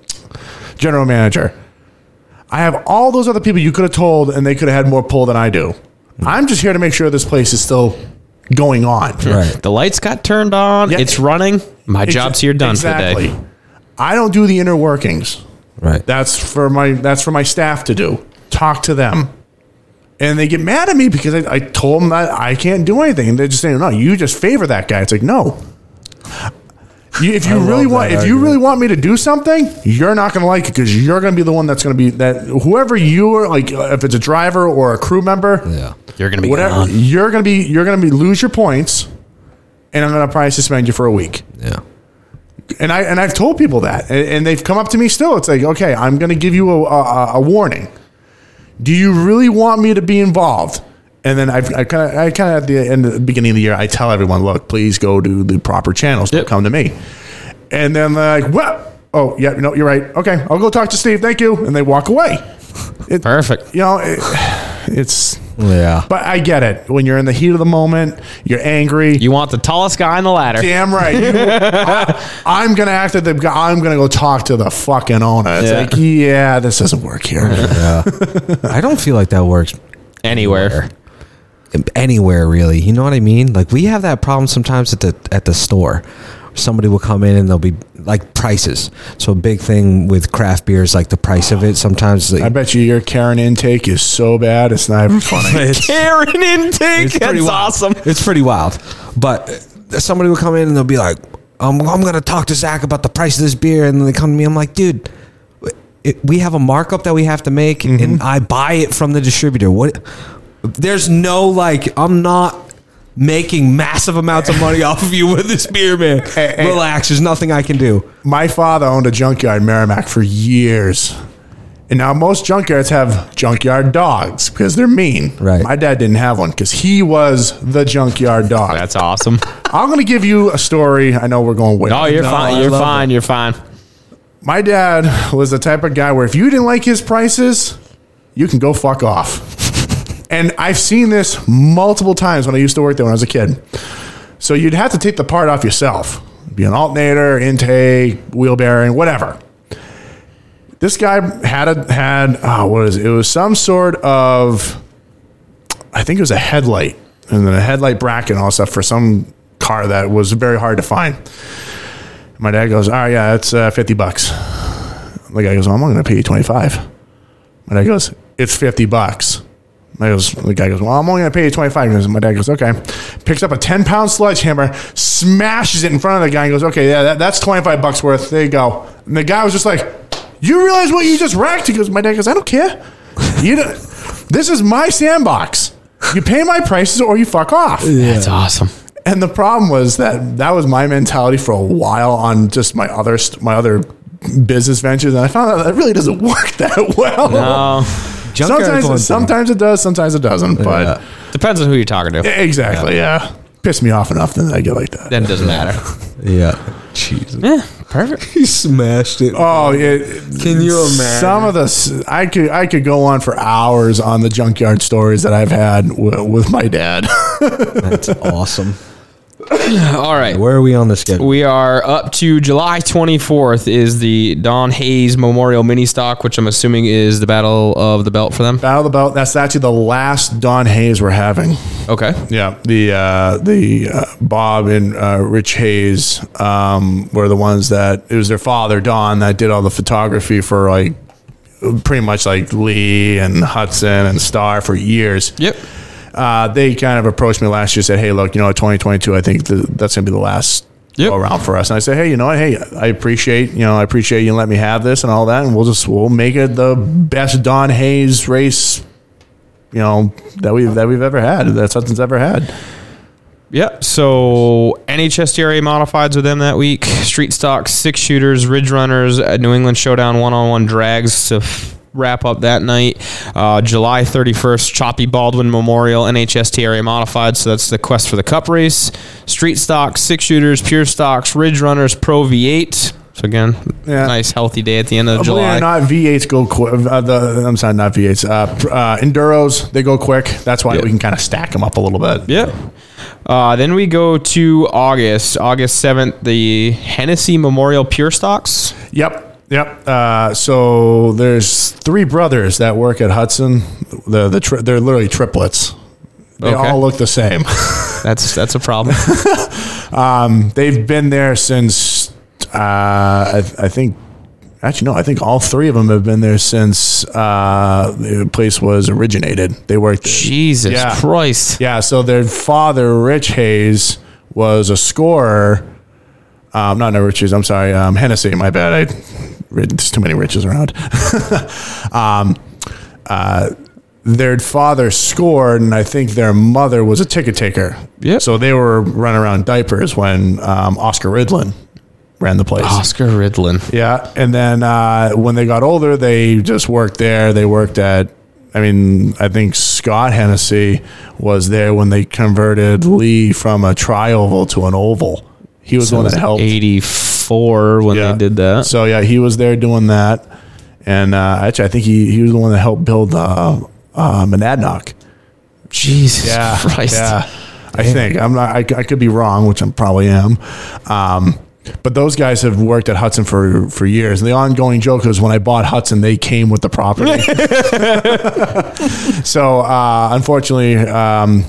E: general manager. I have all those other people you could have told, and they could have had more pull than I do. I'm just here to make sure this place is still going on.
F: right?
D: The lights got turned on.
E: Yeah.
D: It's running. My
E: Exa-
D: job's here done for the day.
E: I don't do the inner workings.
F: Right.
E: That's for my that's for my staff to do. Talk to them, and they get mad at me because I, I told them that I can't do anything, and they're just saying, "No, you just favor that guy." It's like, no. You, if you
F: love
E: really want,
F: that
E: if you
F: argument.
E: really want me to do something, you're not going to like it because you're going to be the one that's going to be that whoever you are, like uh, if it's a driver or a crew member,
F: yeah.
D: You're gonna be
E: whatever,
D: gone.
E: you're going to be you're going to be lose your points, and I'm going to probably suspend you for a week
F: Yeah.
E: and I and I've told people that, and, and they've come up to me still. It's like, okay, I'm going to give you a, a, a warning. Do you really want me to be involved? And then I've, I kind of, I kind of at the end, of the beginning of the year, I tell everyone, look, please go to the proper channels. Don't
D: Yep.
E: come to me. And then they're like, well, oh yeah, no, you're right. Okay, I'll go talk to Steve. Thank you. And they walk away. It,
D: Perfect.
E: You know, it, it's.
F: Yeah.
E: But I get it. When you're in the heat of the moment, you're angry.
D: You want the tallest guy on the ladder.
E: Damn right. You- I, am gonna act at the. I'm gonna go talk to the fucking owner. It's
D: Yeah.
E: like, yeah, this doesn't work here.
F: yeah. I don't feel like that works
D: Anywhere.
F: anywhere really. You know what I mean? Like we have that problem sometimes at the at the store. Somebody will come in and they'll be like prices. So a big thing with craft beer is like the price of it. Sometimes
E: I bet you your Karen intake is so bad. It's not even funny.
F: it's,
D: Aaron intake. That's
F: wild.
D: awesome.
F: It's pretty wild. But somebody will come in and they'll be like, um, I'm going to talk to Zach about the price of this beer. And then they come to me. I'm like, dude, it, we have a markup that we have to make
E: Mm-hmm.
F: and I buy it from the distributor. What? There's no like, I'm not making massive amounts of money off of you with this beer, man.
E: Hey, hey.
F: Relax. There's nothing I can do.
E: My father owned a junkyard in Merrimack for years. And now most junkyards have junkyard dogs because they're mean.
F: Right.
E: My dad didn't have one because he was the junkyard dog.
D: That's awesome.
E: I'm going to give you a story. I know we're going way.
D: Oh, you're
F: No,
D: fine.
F: I
D: You're
F: love
D: fine. You're fine.
E: My dad was the type of guy where if you didn't like his prices, you can go fuck off. and I've seen this multiple times when I used to work there when I was a kid. So you'd have to take the part off yourself, be an alternator, intake, wheel bearing, whatever. This guy had a had oh, what is it? It was some sort of, I think it was a headlight, and then a headlight bracket and all that stuff for some car that was very hard to find. My dad goes, all right, yeah, that's uh, 50 bucks. The guy goes, well, I'm only going to pay you 25. My dad goes, it's 50 bucks. My dad goes, the guy goes, well, I'm only going to pay you 25. And my dad goes, okay. Picks up a 10 pound sledgehammer, smashes it in front of the guy and goes, okay, yeah, that, that's 25 bucks worth. There you go. And the guy was just like, you realize what you just wrecked? He goes, my dad goes, I don't care. You don't, this is my sandbox. You pay my prices or you fuck off.
D: That's awesome.
E: And the problem was that that was my mentality for a while on just my other st- my other business ventures, and I found out that really doesn't work that well.
D: Oh,
F: Junkyard's
E: sometimes
F: one
E: it,
F: thing.
E: sometimes it does, sometimes it doesn't. But
D: depends on who you're talking to.
E: exactly, yeah. piss me off enough, then I get like that.
D: Then it doesn't matter.
F: Yeah. Jesus.
D: yeah, perfect.
F: He smashed it.
E: Oh, it,
F: Can you imagine?
E: Some of the s- I could I could go on for hours on the junkyard stories that I've had w- with my dad.
F: That's awesome.
D: All right.
F: Where are we on the schedule?
D: We are up to July 24th is the Don Hayes Memorial Mini Stock, which I'm assuming is the Battle of the Belt for them.
E: Battle of the Belt. That's actually the last Don Hayes we're having.
D: Okay.
E: Yeah, the uh, the uh, Bob and uh, Rich Hayes um, were the ones that it was their father Don that did all the photography for like pretty much like Lee and Hudson and Starr for years.
D: Yep.
E: Uh, they kind of approached me last year, said, "Hey, look, you know, 2022, I think th that's going to be the last
D: Yep.
E: go around for us." And I said, "Hey, you know what? Hey, I appreciate you know I appreciate you letting me have this and all that, and we'll just we'll make it the best Don Hayes race." You know that we've that we've ever had that Hudson's ever had.
D: Yep. So NHSDRA modifieds with them that week. Street stock, six shooters, ridge runners, uh, New England Showdown, one on one drags to f- wrap up that night. Uh, July 31st, Choppy Baldwin Memorial, NHSTRA modified. So that's the quest for the cup race. Street stock, six shooters, pure stocks, ridge runners, Pro V8. So again,
E: Yeah. Oh,
D: nice healthy day at the end of
E: Believe it
D: July.
E: or not, V8s go quick. Uh, the, I'm sorry, not V8s. Uh, pr- uh, Enduros they go quick. That's why
D: Yeah.
E: we can kind of stack them up a little bit.
D: Yep. Uh, then we go to August, August 7th, the Hennessy Memorial Pure Stocks.
E: Yep. Yep. Uh, so there's three brothers that work at Hudson. The the tri- they're literally triplets. They
D: Okay.
E: all look the same.
D: That's that's a problem.
E: They've been there since uh, I, I think. Actually, no. I think all three of them have been there since uh, the place was originated. They worked. there.
D: Jesus
E: Yeah.
D: Christ.
E: Yeah, so their father, Rich Hayes, was a scorer. Um, not no Riches, I'm sorry, um, Hennessy. My bad. I read- there's too many Riches around. um, uh, their father scored, and I think their mother was a ticket taker.
D: Yep.
E: So they were running around diapers when um, Oscar Ridlin ran the place.
D: Oscar Ridlin.
E: Yeah, and then uh, when they got older, they just worked there. They worked at, I mean, I think Scott Hennessy was there when they converted Lee from a trioval to an oval. He was the one that helped.
D: 84 when
E: Yeah.
D: they did that.
E: So yeah, he was there doing that, and uh, actually, I think he he was the one that helped build uh, uh, Monadnock.
D: Jesus
E: Yeah,
D: Christ.
E: yeah. I think I'm not. I, I could be wrong, which I probably am. Um, but those guys have worked at Hudson for for years. And the ongoing joke is when I bought Hudson, they came with the property. so uh, unfortunately, um,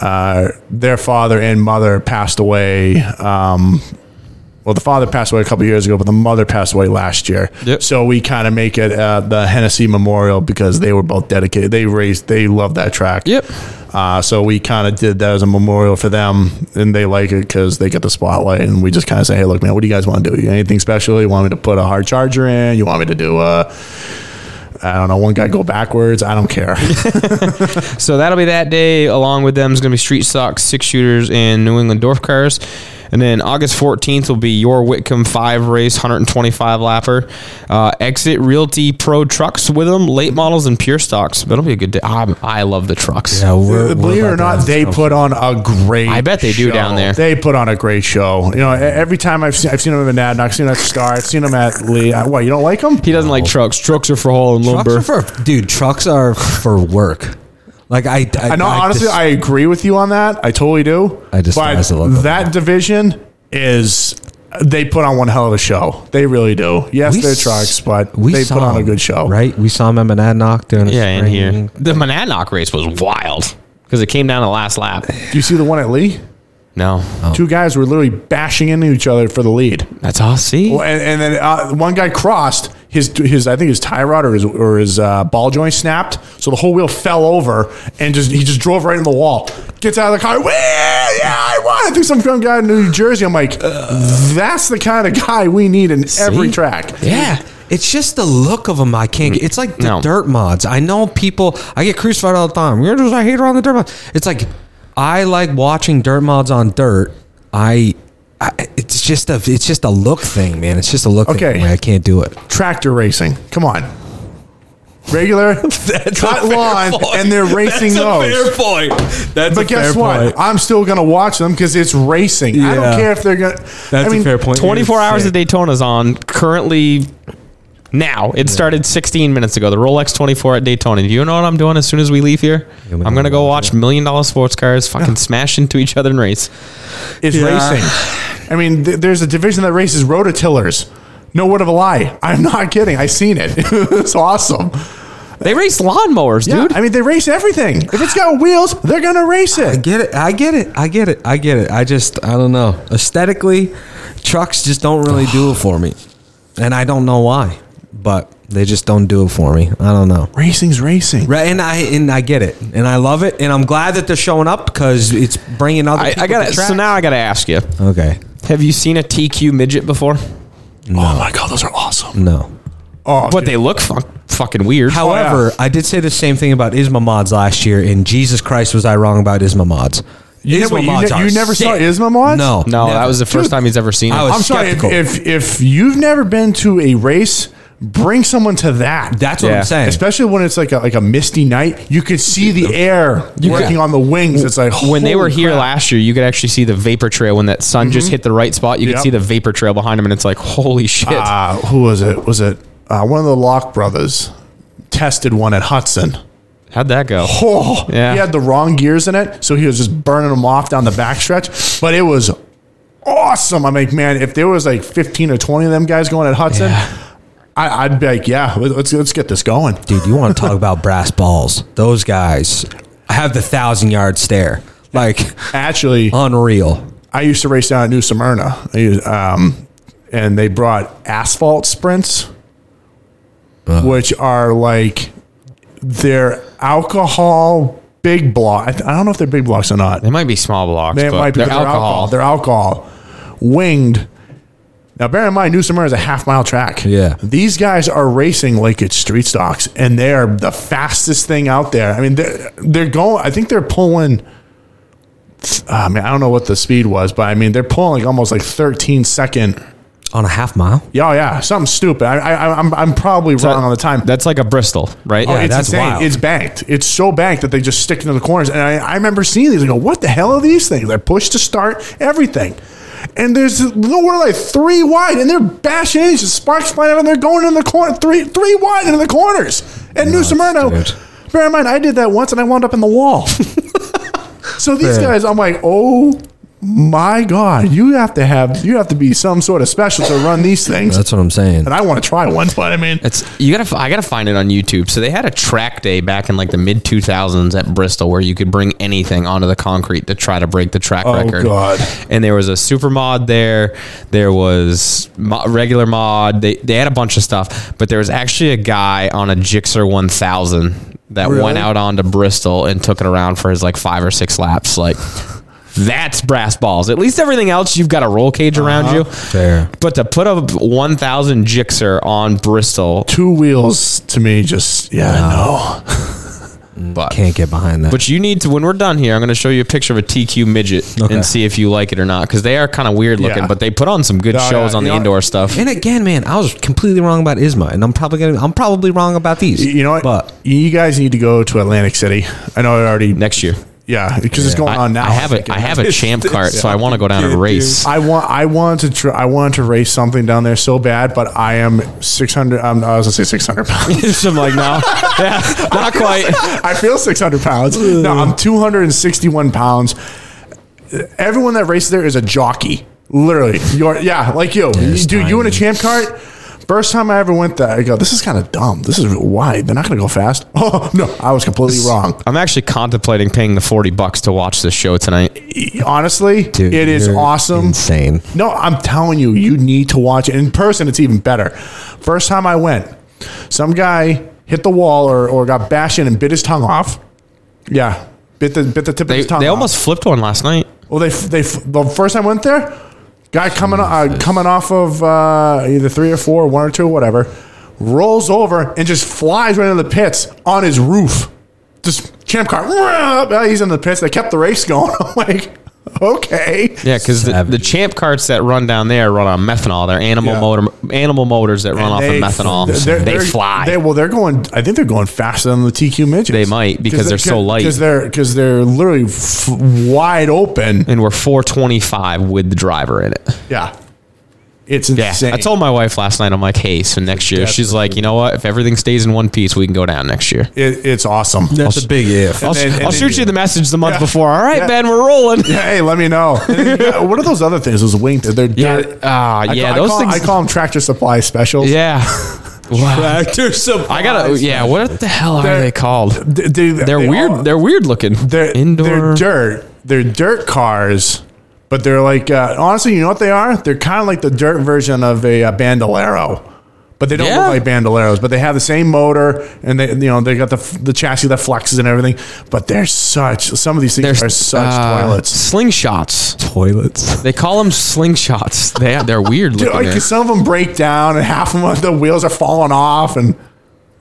E: uh, their father and mother passed away. Um, well, the father passed away a couple years ago, but the mother passed away last year.
D: Yep.
E: So we kind of make it uh, the Hennessy Memorial because they were both dedicated. They raised, they loved that track.
D: Yep.
E: Uh, so we kind of did that as a memorial for them, and they like it because they get the spotlight. And we just kind of say, "Hey, look, man, what do you guys want to do? You got anything special? You want me to put a hard charger in? You want me to do a, I don't know, one guy go backwards? I don't care."
D: So that'll be that day. Along with them is going to be Street Stocks, Six Shooters, and New England Dorf Cars. And then August 14th will be your Whitcomb 5 race, 125 lapper. Uh, Exit Realty Pro trucks with them, late models and pure stocks. That'll be a good day. I, I love the trucks.
F: yeah, we're, we're
E: Believe it
F: about
E: or
F: to
E: not,
F: have-
E: they put on a great.
D: I bet they do
E: show.
D: down there.
E: They put on a great show. You know, e- every time I've seen, I've seen them at Adnock, I've seen them at Star, I've seen them at Lee. I- What you don't like them?
D: He doesn't like trucks. Trucks are for haul and lumber.
F: Trucks are for dude. Trucks are for work. Like I, I,
E: I know. honestly,
F: dis-
E: I agree with you on that. I totally do.
F: I despise the look
E: but
F: of
E: that division is they put on one hell of a show. They really do. Yes,
F: we
E: they're
F: s-
E: trucks, but
F: we
E: they
F: saw
E: put on a
F: him,
E: good show.
F: right? We saw him at Monadnock during a
D: Yeah, in
F: spring.
D: here. The Monadnock race was wild because it came down to the last lap.
E: Do you see the one at Lee?
D: No,
F: Oh.
E: Two guys were literally bashing into each other for the lead.
D: that's all. See,
E: Well, and, and then uh, one guy crossed his his I think his tie rod or his or his uh, ball joint snapped, so the whole wheel fell over and just he just drove right in the wall. Gets out of the car. Well, yeah, I won. I think some young guy in New Jersey. I'm like, that's the kind of guy we need in every track.
F: Yeah. It's just the look of them. I can't. Get, it's like the
D: No.
F: dirt mods. I know people. I get crucified all the time. You're just a hater on the dirt mods. It's like I like watching dirt mods on dirt. I. I it's just a. It's just a look thing, man. It's just a look.
E: Okay.
F: Thing. I can't do it.
E: Tractor racing. Come on. regular
F: That's
E: cut
F: a fair
E: lawn,
F: point.
E: and they're racing those.
F: That's a fair point. That's
E: but
F: a
E: guess
F: fair
E: what?
F: point.
E: I'm still gonna watch them because it's racing. I
F: Yeah.
E: don't care if they're gonna.
F: That's
E: I mean,
F: a fair point.
D: 24 hours
F: Sick.
D: of Daytona's on currently now. It started 16 minutes ago. The Rolex 24 at Daytona. Do you know what I'm doing as soon as we leave here?
F: we
D: I'm going to
F: gonna
D: go watch
F: watch
D: million dollar sports cars fucking smash into each other and race.
E: It's racing. I mean, th- there's a division that races rototillers. No word of a lie. I'm not kidding. I seen it. it's awesome.
D: They race lawnmowers,
E: Yeah,
D: dude.
E: I mean, they race everything. If it's got wheels, they're gonna race
F: I
E: it.
F: get it. I get it. I get it. I get it. I just I don't know. Aesthetically, trucks just don't really do it for me, and I don't know why. But they just don't do it for me. I don't know.
E: Racing's racing.
F: Right, and I and I get it, and I love it, and I'm glad that they're showing up because it's bringing other.
D: I,
F: people
D: I got
F: to
D: to So
F: track.
D: now I got to ask you:
F: Okay,
D: Have you seen a TQ midget before?
E: Oh my god, those are awesome.
F: no.
E: Oh,
D: But they look fu- fucking weird.
F: However, I did say the same thing about Isma Mods last year, and Jesus Christ, was I wrong about Isma Mods?
E: You never- you ne-
F: are
E: you never saw
F: sick.
E: Isma Mods?
F: No,
D: no, that was the first
E: Dude,
D: time he's ever seen it.
F: I was-
E: I'm sorry. If,
F: skeptical.
E: if if you've never been to a race, bring someone to that.
F: That's what
D: Yeah.
F: I'm saying.
E: Especially when it's like a, like a misty night, you could see the air working on the wings. It's like
D: when they
E: holy
D: were here
E: crap. Mm-hmm.
D: last year, you could actually see the vapor trail when that sun just hit the right spot. You could
E: Yep.
D: see the vapor trail behind him, and it's like, holy shit!
E: Uh, who was it? Was it uh, one of the Locke brothers? Tested one at Hudson.
D: How'd that go?
E: Oh,
D: Yeah.
E: he had the wrong gears in it, so he was just burning them off down the backstretch. But it was awesome. I'm like, man, if there was like 15 or 20 of them guys going at Hudson, I, I'd be like, yeah, let- let's let's get this going.
F: dude, you want to talk about brass balls? Those guys have the thousand yard stare, like
E: Actually,
F: unreal.
E: I used to race down at New Smyrna, I used- um, and they brought asphalt sprints, which are like they're alcohol big block. I, th- I don't know if they're big blocks or not.
D: They might be small blocks,
E: They
D: but
E: might be
D: they're,
E: they're
D: alcohol.
E: They're alcohol winged. Now, bear in mind, New Smyrna is a half mile track.
F: Yeah.
E: these guys are racing like it's street stocks, and they are the fastest thing out there. I mean, they're, they're going. I think they're pulling. I mean, I don't know what the speed was, but I mean, they're pulling almost like 13 second.
F: On a half mile,
E: Yeah, oh, yeah, something stupid. I, I, I'm, I'm probably
D: So
E: wrong on the time.
D: That's like a Bristol, right?
E: Oh, it's
F: that's
E: insane.
F: wild.
E: It's banked. It's so banked that they just stick into the corners. And I, I remember seeing these. I go, what the hell are these things? They're pushed to start everything. And there's no we're like three wide, and they're bashing in. It's just sparks flying out, and they're going in the corner, three three wide into the corners. And New Smyrna,
F: dude.
E: bear in mind, I did that once, and I wound up in the wall. so these
F: Man.
E: guys, I'm like, oh my god, you have to have you have to be some sort of special to run these things.
F: that's what I'm saying.
E: and I want to try one, but I mean,
D: It's you gotta. I gotta find it on YouTube. So they had a track day back in like the mid two thousands at Bristol, where you could bring anything onto the concrete to try to break the track
E: Oh,
D: record.
E: God.
D: And there was a super mod there. There was mo- regular mod. They they had a bunch of stuff, but there was actually a guy on a Gixxer one thousand that went out onto Bristol and took it around for his like five or six laps. Like. That's brass balls. At least everything else, you've got a roll cage around you.
E: Uh-huh.
F: Fair.
D: But to put a 1,000 Gixxer on Bristol
E: two wheels to me just yeah no.
D: But,
F: Can't get behind that.
D: but you need to, when we're done here, I'm going to show you a picture of a TQ midget
F: Okay.
D: and see if you like it or not because they are kind of weird looking,
E: Yeah.
D: but they put on some good
E: No,
D: shows
E: yeah,
D: on the
E: you know-
D: indoor stuff.
F: and again, man, I was completely wrong about Isma, and I'm probably gonna. I'm probably wrong about these.
E: You know what?
F: But
E: you guys need to go to Atlantic City. I know I already.
D: Next year,
E: yeah, because it's going
D: I,
E: on Oh, now.
D: I have a I have a champ cart, so I want to go down and race.
E: I want. I want to. Tr- I want to race something down there so bad, but I am six hundred. Um, I was gonna say six hundred pounds.
D: I'm like, no, yeah, not quite.
E: I feel six hundred pounds. No, I'm two hundred and sixty-one pounds. Everyone that races there is a jockey. Literally, you're yeah, like you, You-
F: it's
E: dude. You in a
F: tiny.
E: champ cart. First time I ever went there, I go, this is kind of dumb. This is wide. They're not going to go fast. Oh, no, I was completely wrong.
D: I'm actually contemplating paying the 40 bucks to watch this show tonight.
E: honestly,
F: dude,
E: it is
F: you're
E: awesome.
F: Insane.
E: No, I'm telling you, you need to watch it in person. It's even better. First time I went, some guy hit the wall or, or got bashed in and bit his tongue off. Yeah, bit the bit the tip of
D: They
E: his tongue.
D: they
E: off.
D: almost flipped one last night.
E: Well, they f- they f- the first time I went there, guy coming uh, coming off of uh, either three or four, one or two, whatever, rolls over and just flies right into the pits on uh, his roof. Just champ car, he's in the pits. They kept the race going. I'm like, okay.
D: Yeah, because the, the champ carts that run down there run on methanol. They're animal
E: Yeah.
D: motor animal motors that run off
E: They-
D: of methanol.
E: they're-
D: they
E: they're-
D: fly.
E: They, well, they're going. I think they're going faster than the TQ midgets.
D: They might, because they're so light.
E: Because they're because they're literally f- wide open.
D: and we're 425 with the driver in it.
E: Yeah, it's
D: Yeah.
E: insane.
D: I told my wife last night, I'm like, hey, so next year, she's like, you know what? If everything stays in one piece, we can go down next year.
E: It, it's awesome.
F: That's a big if.
D: I'll,
E: then- and
D: I'll
E: then
D: shoot
E: you-
D: you the message the month
E: Yeah.
D: before. All right,
E: Yeah.
D: Ben, we're rolling.
E: Yeah, hey, let me know. And then you got- what are those other things? Those winged? They're
D: Yeah,
E: dirt.
D: ah,
E: I
D: yeah,
E: ca- I
D: those
E: call,
D: things.
E: I call them tractor supply specials.
D: yeah, wow.
F: Tractor supply.
D: I gotta. Yeah, what the hell are
E: They're-
D: they called?
E: They, they,
D: They're
E: they
D: weird.
E: all-
D: they're weird looking.
E: they're
D: indoor.
E: They're dirt. They're dirt cars, but they're like uh, honestly, you know what they are? They're kind of like the dirt version of a uh, bandolero, but they don't
D: Yeah.
E: look like bandoleros. But they have the same motor, and they you know they got the f- the chassis that flexes and everything. But they're such some of these things
D: They're,
E: are such
D: uh,
E: toilets.
D: Slingshots.
F: Toilets.
D: They call them slingshots. They they're weird
E: Dude,
D: looking.
E: like,
D: man.
E: 'cause some of them break down, and half of them the wheels are falling off, and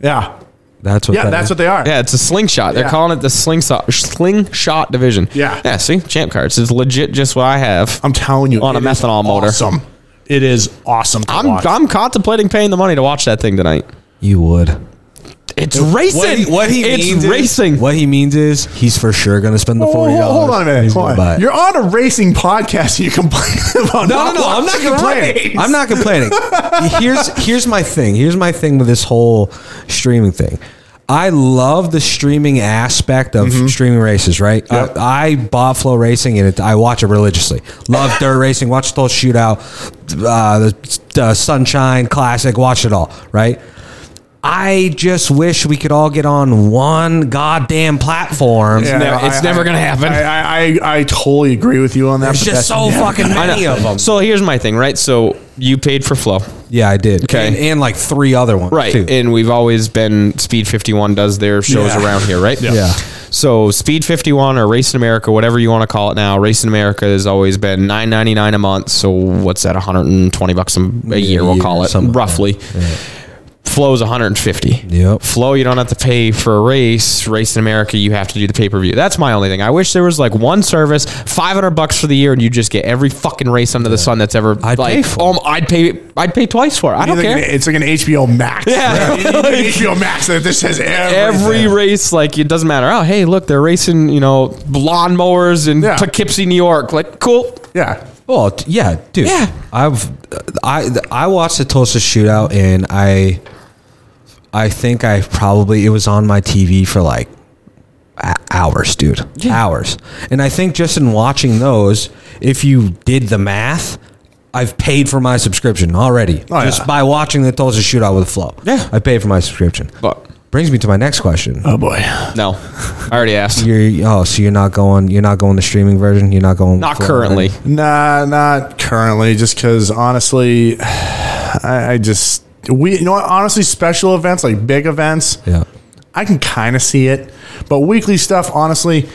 E: yeah,
F: That's what.
E: yeah,
F: that
E: that's
F: is.
E: what they are.
D: yeah, it's a slingshot. They're
E: Yeah.
D: calling it the slingshot slingshot division.
E: Yeah.
D: Yeah. See, champ cards is legit. Just what I have.
E: I'm telling you,
D: On a
E: it is
D: methanol motor.
E: Awesome. It is awesome. To
D: I'm
E: watch.
D: I'm contemplating paying the money to watch that thing tonight.
F: You would.
D: It's racing.
F: What he, what he
D: it's
F: means is-
D: racing.
F: what he means is he's for sure going to spend the
E: Hold-
F: forty dollars.
E: Hold, hold on a minute. Hold on. You're on a racing podcast and you complain about
F: no, no, no! I'm not
E: watching
F: complaining.
E: race.
F: I'm not complaining. here's here's my thing. Here's my thing with this whole streaming thing. I love the streaming aspect of
D: Mm-hmm.
F: streaming races, right? I, I bought Flow Racing and it, I watch it religiously. Love dirt racing, watch the whole shootout, uh, the, the Sunshine Classic, watch it all, right? I just wish we could all get on one goddamn platform.
E: Yeah,
D: never- it's never gonna happen.
E: I, I, I, I totally agree with you on that.
F: There's
E: but
F: just
E: that's-
F: so fucking
D: I know.
F: many of them.
D: So here's my thing, right? So you paid for Flow,
F: Yeah, I did.
D: Okay.
F: And, and like three other ones.
D: right?
F: too.
D: And we've always been Speed 51 does their shows
E: Yeah.
D: around here, right?
F: Yeah.
D: So Speed 51 or Race in America, whatever you want to call it now, Race in America has always been 9.99 a month. So what's that? 120 bucks a, a year, we'll
F: year,
D: call it
F: something like
D: roughly. Flow's 150.
F: Yep.
D: Flow, you don't have to pay for a race. Race in America, you have to do the pay per view. That's my only thing. I wish there was like one service, 500 bucks for the year, and you just get every fucking race under the sun that's ever.
F: I'd
D: like,
F: pay for
D: um, I'd pay. I'd pay twice for it. I
E: you
D: don't
E: think
D: care.
E: an- It's like an HBO Max.
D: Yeah.
E: You need an HBO Max that this has
D: Every
E: everything.
D: race, like it doesn't matter. Oh, hey, look, they're racing, you know, lawnmowers in
E: Yeah.
D: Poughkeepsie, New York. Like, cool.
E: Yeah.
F: Well, t- yeah, dude.
D: Yeah.
F: I've I I watched the Tulsa shootout and I I think I probably it was on my TV for like a- hours, dude. Hours. And I think just in watching those, if you did the math, I've paid for my subscription already
E: Oh,
F: just
E: yeah.
F: by watching the Tulsa shootout with Flow.
D: Yeah.
F: I paid for my subscription.
D: But
F: Brings me to my next question.
E: Oh boy.
D: no, I already asked.
F: You're, oh, so you're not going? You're not going the streaming version? You're not going? with
D: Not
F: Flow?
D: currently.
E: Nah, not currently. Just because honestly, I, I just we you know what? Honestly, special events like big events.
F: Yeah.
E: I can kind of see it, but weekly stuff, honestly,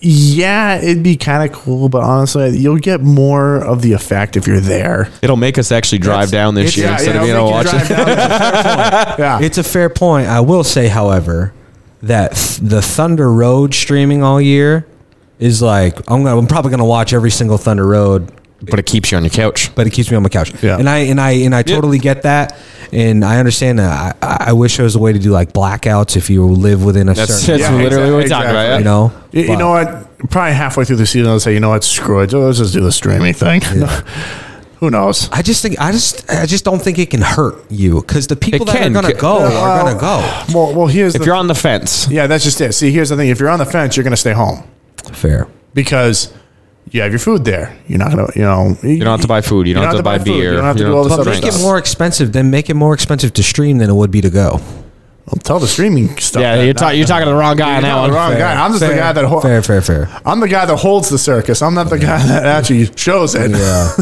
E: yeah, it'd be kind of cool. But honestly, you'll get more of the effect if you're there.
D: It'll make us actually drive down this year instead of being able to watch it.
E: yeah,
F: It's a fair point. I will say, however, that th- the Thunder Road streaming all year is like I'm gonna, I'm probably gonna watch every single Thunder Road,
D: But it keeps you on your couch.
F: but it keeps me on my couch.
E: Yeah.
F: And I and I and I totally get that, and I understand that. I, I- I wish there was a way to do like blackouts if you live within a
D: That's,
F: certain,
D: that's
E: Yeah,
D: literally what we're
E: exactly,
D: talking about. yeah.
F: you know.
E: you, you
F: But-
E: know what? Probably halfway through the season, I'll say, you know what? Screw it. Let's just do the streaming thing. Who knows?
F: I just think I just I just don't think it can hurt you because the people that
D: can.
F: are gonna go are gonna
E: Well,
F: go.
E: Well, well, here's
D: If
E: the
D: you're on the fence,
E: yeah. That's just it. See, here's the thing. If you're on the fence, you're gonna stay home
F: Fair.
E: because. You have your food there. You're not gonna, you know.
D: you don't have to buy food. You don't, have, to buy
E: food,
D: beer.
E: You don't have to do all this
F: But
E: other
F: make
E: stuff.
F: it more expensive. Then make it more expensive to stream than it would be to
E: Oh,
F: go.
E: Well, tell the streaming stuff.
D: Yeah,
E: that-
D: you're, ta-
E: that-
D: you're talking to the wrong guy on that
E: not
D: one.
E: the wrong guy. I'm just the
F: Fair.
E: guy that hol-
F: fair, fair, fair.
E: I'm the guy that holds the circus. I'm not the guy that actually shows it.
F: Yeah.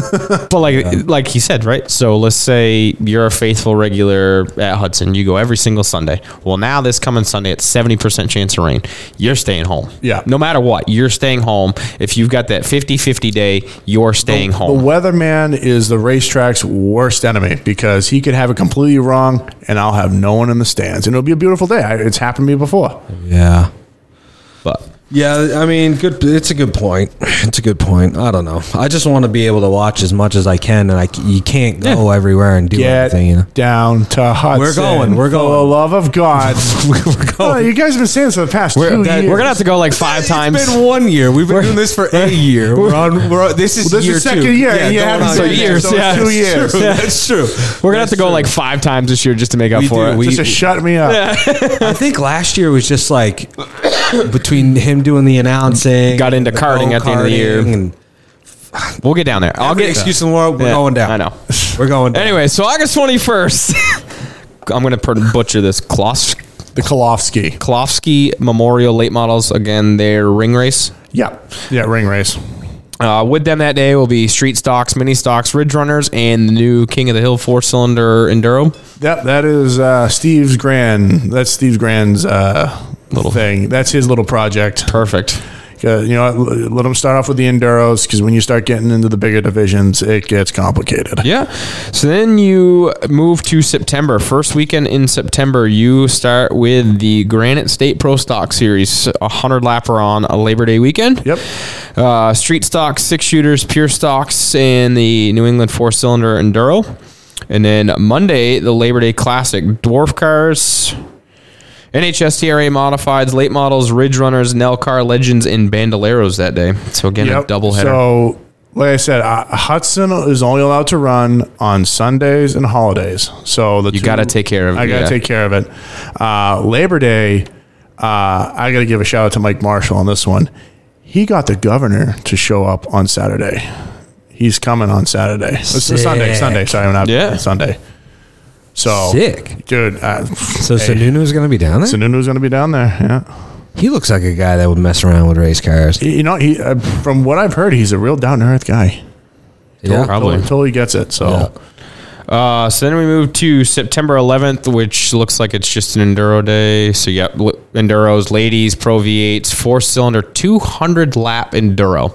D: But like like he said, right? So let's say you're a faithful regular at Hudson. You go every single Sunday. Well, now this coming Sunday, it's seventy percent chance of rain. You're staying home.
E: Yeah.
D: No matter what, you're staying home. If you've got that 50-50 day, you're staying
E: The
D: home.
E: weatherman is the racetrack's worst enemy because he could have it completely wrong, and I'll have no one in the stands, and it'll be a beautiful day. I, it's happened to me before.
F: Yeah.
D: but
F: Yeah, I mean, good. It's a good point. It's a good point. I don't know. I just want to be able to watch as much as I can, and I c- you can't go everywhere and do
E: Get
F: everything. You know,
E: down to Hudson.
F: going, we're
E: For the
F: going.
E: love of God.
F: we're going.
E: Oh, you guys have been saying this for the past two
F: that-
E: years.
D: We're gonna have to go like five times.
F: It's been one year. We've been doing this for a year. We're on. We're on this is
E: Well, this
F: year
E: is second
F: two.
E: year. and you
F: going
E: haven't
F: on
E: said
D: two
E: it,
D: years,
E: so it's
D: yeah.
E: two years.
F: True. That's true.
D: We're gonna have to go like five times this year just to make up
F: We
D: for
F: do.
D: it.
F: We-
E: Just to shut me up.
F: I think last year was just like between him doing the announcing,
D: Got into
F: the
D: karting at the end of the year.
F: karting and
D: we'll get down there. I'll
F: every
D: get
F: excuse in the world. We're
D: Yeah,
F: going down.
D: I know.
F: We're going down.
D: Anyway, so August twenty first, I'm gonna pr- butcher this. Klos-
E: The Kolofsky.
D: Klofsky Memorial Late Models again. Their ring race.
E: Yeah. Yeah, ring race.
D: Uh, with them that day will be street stocks, mini stocks, ridge runners, and the new King of the Hill four cylinder enduro.
E: Yep, that is uh, Steve's grand. That's Steve's grand's uh, little thing. That's his little project.
D: Perfect.
E: 'Cause, You know, what, let him start off with the enduros because when you start getting into the bigger divisions, it gets complicated.
D: Yeah. So then you move to September. First weekend in September, you start with the Granite State Pro Stock Series, a 100 lapper on a Labor Day weekend.
E: Yep.
D: Uh, street stocks, six shooters, pure stocks, and the New England four cylinder Enduro. And then Monday, the Labor Day Classic, dwarf cars. NHSTRA modifieds, late models, ridge runners, Nelcar legends, and bandoleros that day. So again, a
E: Yep.
D: double header.
E: So, like I said, uh, Hudson is only allowed to run on Sundays and holidays. So the you
D: gotta take care of it,
E: I gotta
D: yeah.
E: take care of it. Uh, Labor Day, uh, I gotta give a shout out to Mike Marshall on this one. He got the governor to show up on Saturday. He's coming on Saturday. It's a Sunday. Sunday. Sorry, I'm not.
D: Yeah.
E: Sunday. So
F: Sick.
E: dude. Uh,
F: So Sununu's going to be down there.
E: Sununu's gonna be down there. Yeah.
F: He looks like a guy that would mess around with race cars.
E: You know, he uh, from what I've heard, he's a real down to earth guy.
F: Yeah.
D: Probably.
E: Totally, totally gets it. So.
F: Yeah.
D: Uh, so then we move to September 11th, which looks like it's just an enduro day. So you got l- enduros, ladies, pro V8s, four cylinder, 200 lap enduro.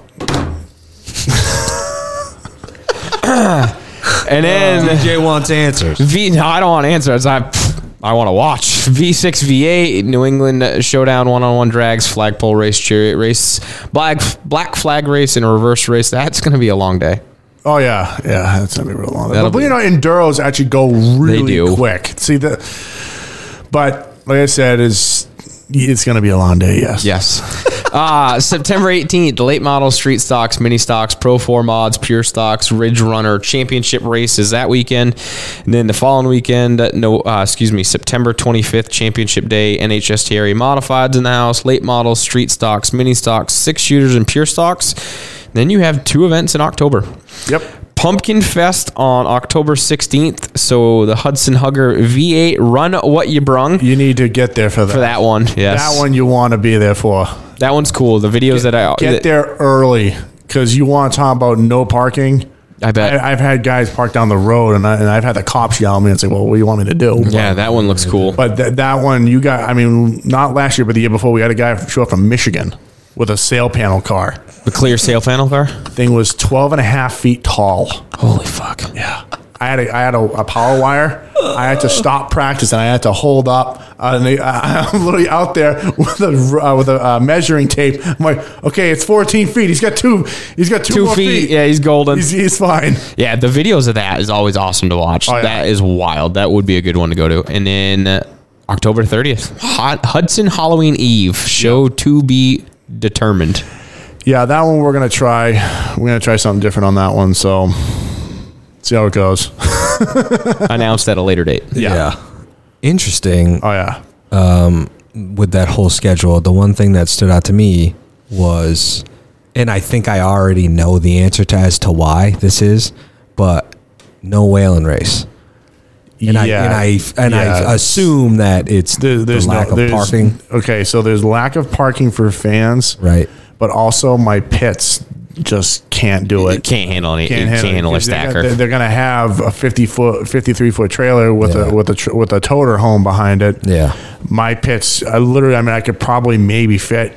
D: and then
F: Jay wants answers.
D: V. No, I don't want answers. I I want to watch V6, V8, New England Showdown, one-on-one drags, flagpole race, chariot race, black black flag race, and a reverse race. That's going to be a long day.
E: Oh yeah, yeah, that's gonna be real long.
D: That'll
E: but
D: be-
E: you know, enduros actually go really
D: do.
E: quick. See the, but like I said, is it's gonna be a long day. Yes.
D: Yes. uh, September 18th, late model street stocks, mini stocks, Pro 4 mods, pure stocks, Ridge Runner championship races that weekend. And then the following weekend, uh, no, uh, excuse me, September 25th, championship day, NHSTRA E modifieds in the house, late models, street stocks, mini stocks, six shooters, and pure stocks. Then you have two events in October.
E: Yep.
D: Pumpkin Fest on October 16th. So the Hudson Hugger V8 Run What You Brung
E: You need to get there for that.
D: for that one. Yes.
E: That one you want to be there for.
D: That one's cool. The videos that I
E: Get there early because you want to talk about no parking.
D: I bet.
E: I, I've had guys park down the road, and, I, and I've had the cops yell at me and say, "Well, what do you want me to do?"
D: yeah, that one looks cool.
E: But th- that one, you got, I mean, not last year, but the year before, we had a guy show up from Michigan with a sail panel car.
D: the clear sail panel car.
E: Thing was 12 and a half feet tall.
D: Holy fuck!
E: Yeah. I had a, I had a, a power wire. I had to stop practice and I had to hold up. Uh, and they, I, I'm literally out there with a uh, with a uh, measuring tape. I'm like, okay, it's 14 feet. He's got two. He's got two,
D: Two
E: more
D: feet.
E: feet.
D: Yeah, he's golden.
E: He's, he's fine.
D: yeah, the videos of that is always awesome to watch.
E: Oh, yeah.
D: That is wild. That would be a good one to go to. And then uh, October thirtieth, Hot Hudson Halloween Eve show to be determined.
E: Yeah, that one we're gonna try. We're gonna try something different on that one. So see how it goes.
D: Announced at a later date.
E: Yeah.
F: Interesting.
E: Oh yeah.
F: with that whole schedule, the one thing that stood out to me was, and I think I already know the answer to as to why this is, but no whalen race. And I and I and I
E: Yeah.
F: assume that it's
E: There- there's
F: the lack
E: no,
F: of
E: there's-
F: parking,
E: Okay, so there's lack of parking for fans,
F: right?
E: But also, my pits just can't do it.
D: It can't handle any. it can't
E: it
D: handle a
E: 'cause they're gonna-
D: stacker.
E: They're, they're gonna have a fifty foot, fifty three foot trailer with
F: Yeah.
E: a with a tr- with a toter home behind it.
F: Yeah.
E: my pits. I literally, I mean, I could probably maybe fit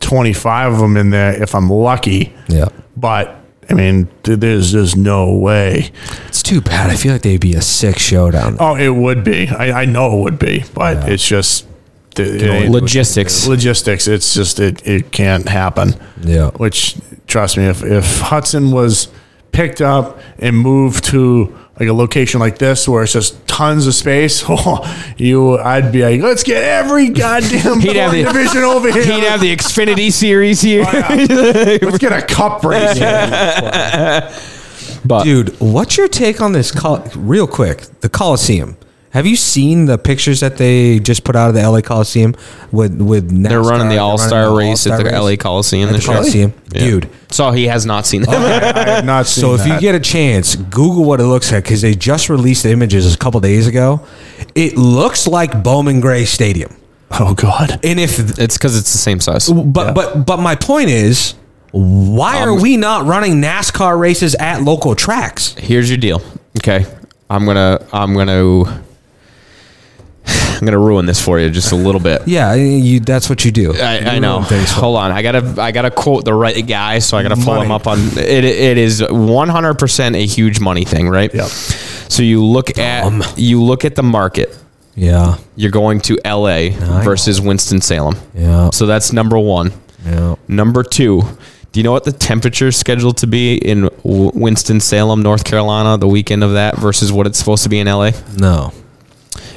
E: twenty five of them in there if I'm lucky.
F: Yeah,
E: But I mean, th- there's just no way.
F: it's too bad. I feel like they'd be a sick showdown.
E: Oh, it would be. I, I know it would be, but it's just it- it ain't-
D: Logistics.
E: Logistics. It's just it, it can't happen.
F: Yeah.
E: Which trust me, if if Hudson was picked up and moved to like a location like this where it's just tons of space, oh, you I'd be like, let's get every goddamn
D: He'd have the-
E: division over here.
D: He'd have the Xfinity series here.
E: Oh, let's get a cup race.
D: but
F: Dude, what's your take on this? Col- real quick, the Coliseum. Have you seen the pictures that they just put out of the LA Coliseum with with NASCAR?
D: they're running the All Star race at the
F: All-Star
D: LA
F: race?
D: Coliseum
F: At the
D: this year.
F: Coliseum,
D: Yeah.
F: dude.
D: So he has not seen
E: Oh,
D: them.
E: I've not seen
F: So if you
E: that.
F: get a chance, Google what it looks like because they just released the images a couple days ago. It looks like Bowman Gray Stadium,
E: Oh God.
F: and if
D: it's because it's the same size.
F: but but but my point is, why
D: Um,
F: are we not running NASCAR races at local tracks?
D: Here's your deal. Okay, I'm gonna I'm gonna I'm gonna ruin this for you just a little bit.
F: Yeah, you, that's what you do.
D: I, I know. Hold on, I gotta I gotta quote the right guy, so I gotta follow him up on it. It is 100 percent a huge money thing, right?
E: Yep.
D: So you look at you look at the market.
F: Yeah,
D: You're going to L.A. versus Winston Salem.
F: Yeah.
D: So that's number one.
F: yeah.
D: Number two. Do you know what the temperature is scheduled to be in Winston Salem, North Carolina, the weekend of that versus what it's supposed to be in LA?
F: No.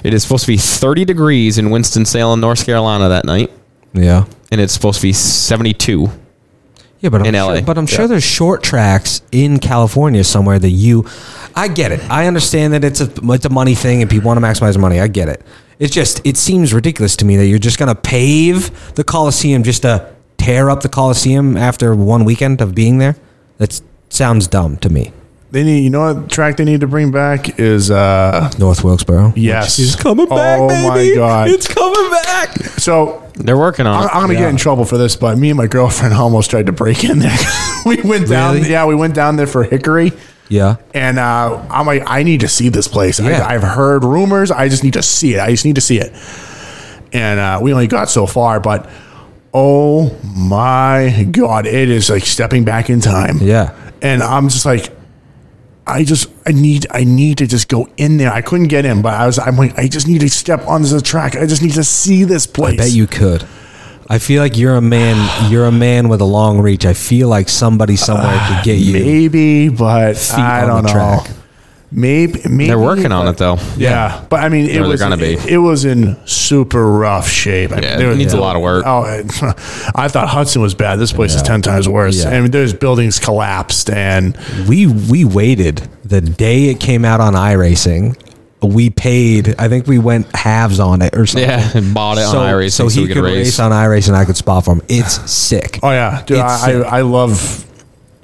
D: It is supposed to be 30 degrees in Winston Salem, North Carolina that night,
F: Yeah.
D: and it's supposed to be 72.
F: Yeah, but I'm
D: In
F: sure,
D: LA.
F: but I'm sure there's short tracks in California somewhere that you. I get it. I understand that it's a it's a money thing and people want to maximize money. I get it. It's just it seems ridiculous to me that you're just gonna pave the Coliseum just to tear up the Coliseum after one weekend of being there. That sounds dumb to me.
E: They need you know what track they need to bring back is uh
F: North Wilkesboro.
E: Yes.
F: it's coming back,
E: Oh, my
F: baby.
E: God.
F: It's coming back.
E: so
D: They're working on
E: I'm,
D: it.
F: Uh,
E: I'm gonna get in trouble for this, but me and my girlfriend almost tried to break in there. we went down,
F: Really?
E: yeah, we went down there for Hickory,
F: Yeah.
E: and uh, I'm like, I need to see this place.
F: Yeah.
E: I, I've heard rumors. I just need to see it. I just need to see it. And uh, we only got so far, but oh my god, it is like stepping back in time.
F: Yeah.
E: and I'm just like, I just I need I need to just go in there. I couldn't get in, but I was I'm like I just need to step onto the track. I just need to see this place.
F: I bet you could. I feel like you're a man. You're a man with a long reach. I feel like somebody somewhere could get you.
E: maybe, but I
F: on
E: don't
F: the
E: know.
F: track.
E: Maybe, maybe
D: They're working on it, though.
E: Yeah, but I mean, it
D: they're
E: was
D: gonna be.
E: It, was in super rough shape. I mean,
D: Yeah,
E: there
D: it
E: was-
D: needs a lot of work.
E: Oh, I I thought Hudson was bad. This place is ten times worse.
F: Yeah.
E: I mean, there's buildings collapsed and
F: we we waited the day it came out on iRacing. We paid. I think we went halves on it or something.
D: Yeah, and bought it on iRacing
F: So
D: so
F: he
D: we could
F: could
D: race.
F: race. on iRacing. and I could spot for him. It's sick.
E: Oh yeah, dude,
F: It's
E: I, I I love.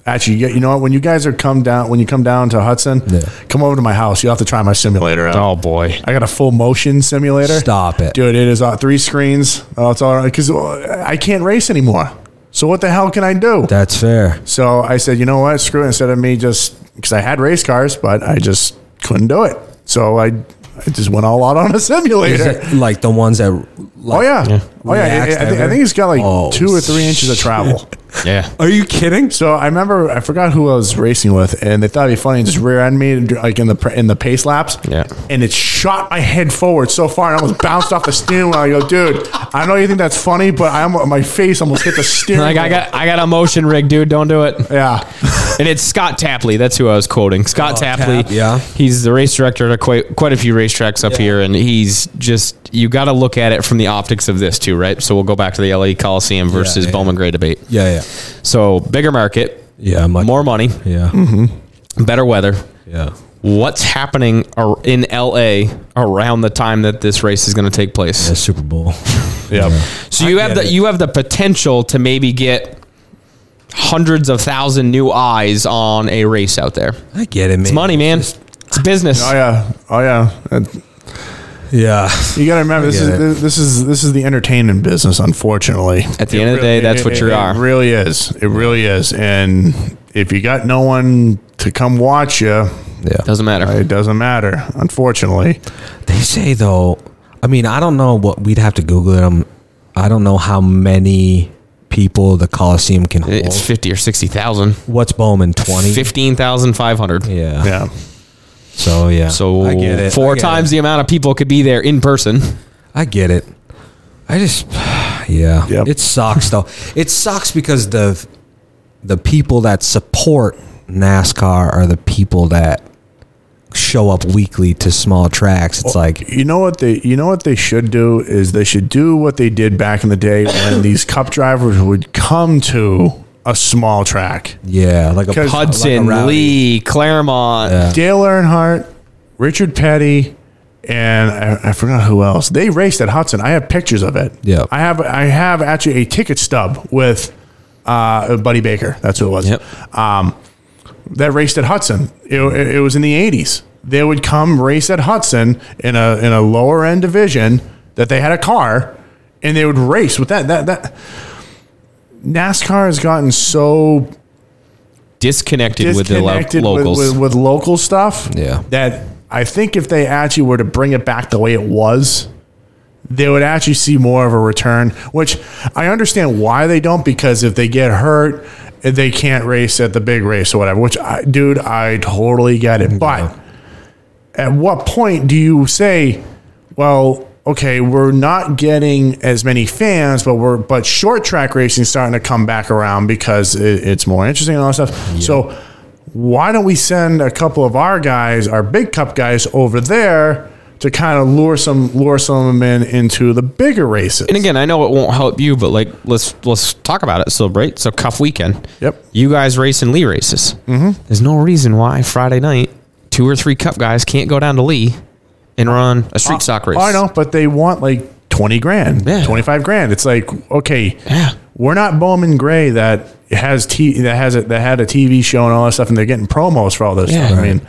E: Actually, you, you know what? When you guys are come down, when you come down to Hudson,
F: Yeah.
E: come over to my house. You will have to try my simulator out.
D: Oh, boy.
E: I got a full motion simulator.
F: Stop it.
E: dude! It is uh, three screens. Oh, it's all right because I can't race anymore. So what the hell can I do?
F: That's fair.
E: so I said, you know what? Screw it. Instead of me just because I had race cars, but I just couldn't do it. So I I just went all out on a
F: Is
E: simulator.
F: it like the ones that.
E: Oh
F: Like,
E: yeah. oh yeah. I,
F: Reacts
E: I think, I
F: ever?
E: think it's got like
F: Oh,
E: two or three inches of travel.
D: Yeah.
F: Are you kidding?
E: So I remember I forgot who I was racing with, and they thought it'd be funny and just rear end me like in the pr- in the pace laps.
D: Yeah.
E: and it shot my head forward so far, and I almost bounced off the steering wheel. I go, dude, I know you think that's funny, but I'm my face almost hit the steering.
D: Like,
E: wheel.
D: I got, I got a motion rig, dude. Don't do it.
E: yeah,
D: And it's Scott Tapley. That's who I was quoting. Scott Tapley.
F: Oh, Tap, yeah.
D: He's the race director at quite, quite a few racetracks up here. And he's just, you got to look at it from the optics of this, too, right? So we'll go back to the LA Coliseum versus
F: yeah.
D: Bowman Gray debate.
F: Yeah, yeah.
D: So bigger market,
F: Yeah, much-
D: more money,
F: Yeah.
D: better weather.
F: Yeah.
D: What's happening ar- in LA around the time that this race is going to take place?
F: The Super Bowl.
D: So you have the you have the potential to maybe get hundreds of thousand new eyes on a race out there.
F: I get it, man.
D: It's money, man. It's business.
E: oh yeah, oh yeah. And
F: Yeah.
E: You got to remember this
F: get
E: is this,
F: it.
E: this is this is the entertainment business. Unfortunately,
D: At the end of the day, that's what you
E: it,
D: are.
E: It really is. It really is. And if you got no one to come watch you,
F: Yeah.
D: Doesn't matter.
E: it doesn't matter. Unfortunately.
F: They say though, I mean, I don't know what we'd have to Google it. I'm, I don't know how many people the Coliseum can hold.
D: It's fifty or sixty thousand.
F: What's Bowman? Twenty.
D: Fifteen thousand five hundred.
F: Yeah.
E: Yeah.
F: So yeah.
D: So
F: I get it.
D: four
F: I get
D: times
F: It.
D: the amount of people could be there in person.
F: I get it. I just, yeah,
E: Yep.
F: it sucks though. It sucks because the the people that support NASCAR are the people that show up weekly to small tracks.
E: Oh.
F: It's like
E: You know what they you know what they should do is they should do what they did back in the day when these cup drivers would come to a small track.
F: yeah, like a
E: 'Cause
D: Hudson,
F: rowdy.
D: Lee, Claremont.
E: Dale Earnhardt, Richard Petty, and I, I forgot who else. They raced at Hudson. I have pictures of it.
F: Yeah.
E: I have I have actually a ticket stub with uh, Buddy Baker. That's who it was.
D: Yep.
E: Um, that raced at Hudson. It, it, it was in the eighties. They would come race at Hudson in a in a lower end division that they had a car, and they would race with that that that. NASCAR has gotten so
D: Disconnected, with the
E: disconnected
D: lo- locals.
E: With, with, with local stuff.
F: Yeah.
E: That I think if they actually were to bring it back the way it was, they would actually see more of a return, which I understand why they don't, because if they get hurt, they can't race at the big race or whatever, which I, dude, I totally get
D: Mm-hmm.
E: it. But at what point do you say, well, okay, we're not getting as many fans, but we're but short track racing starting to come back around because it, it's more interesting and all that stuff. So why don't we send a couple of our guys, our big cup guys, over there to kind of lure some lure some of them in into the bigger races?
D: and again, I know it won't help you, but like let's let's talk about it. So right, so cuff weekend.
E: Yep.
D: You guys race in Lee races. Mm-hmm. There's no reason why Friday night two or three cup guys can't go down to Lee and run a street stock race.
E: I know, but they want like twenty grand,
D: Yeah.
E: twenty five grand. It's like okay,
D: Yeah.
E: we're not Bowman Gray that has t that has a, that had a TV show and all that stuff, and they're getting promos for all this
D: Yeah.
E: stuff. I mean.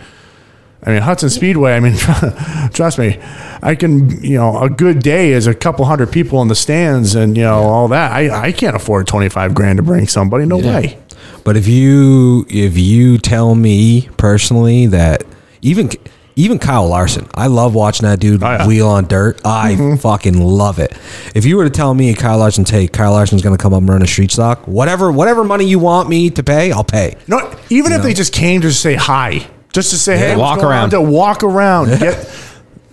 E: I mean Hudson Speedway. I mean, trust me, I can. You know, a good day is a couple hundred people in the stands, and you know all that. I, I can't afford twenty five grand to bring somebody. No way.
F: But if you if you tell me personally that even even Kyle Larson, I love watching that dude
E: yeah.
F: wheel on dirt. I fucking love it. If you were to tell me Kyle Larson, hey, Kyle Larson's going to come up and run a street stock, whatever whatever money you want me to pay, I'll pay.
E: No, even if they just came to say hi, just to say hey, what's
D: walk
E: going on?"
D: around.
E: to walk around. Get,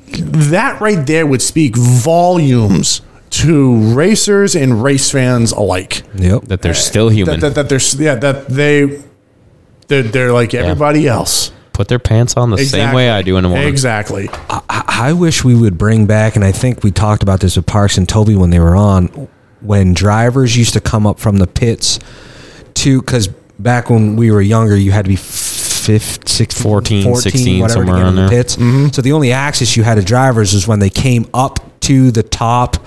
E: that right there would speak volumes to racers and race fans alike.
F: Yep.
D: that they're still human.
E: That, that, that there's yeah that they they're, they're like everybody else.
D: Put their pants on the same way I do in the morning.
E: Exactly.
F: I wish we would bring back, and I think we talked about this with Parks and Toby when they were on, when drivers used to come up from the pits to, because back when we were younger, you had to be fifth, sixth,
D: 14, 16,
F: whatever,
D: somewhere
F: to get in
D: around
F: the
D: there.
F: pits. So the only access you had to drivers was when they came up to the top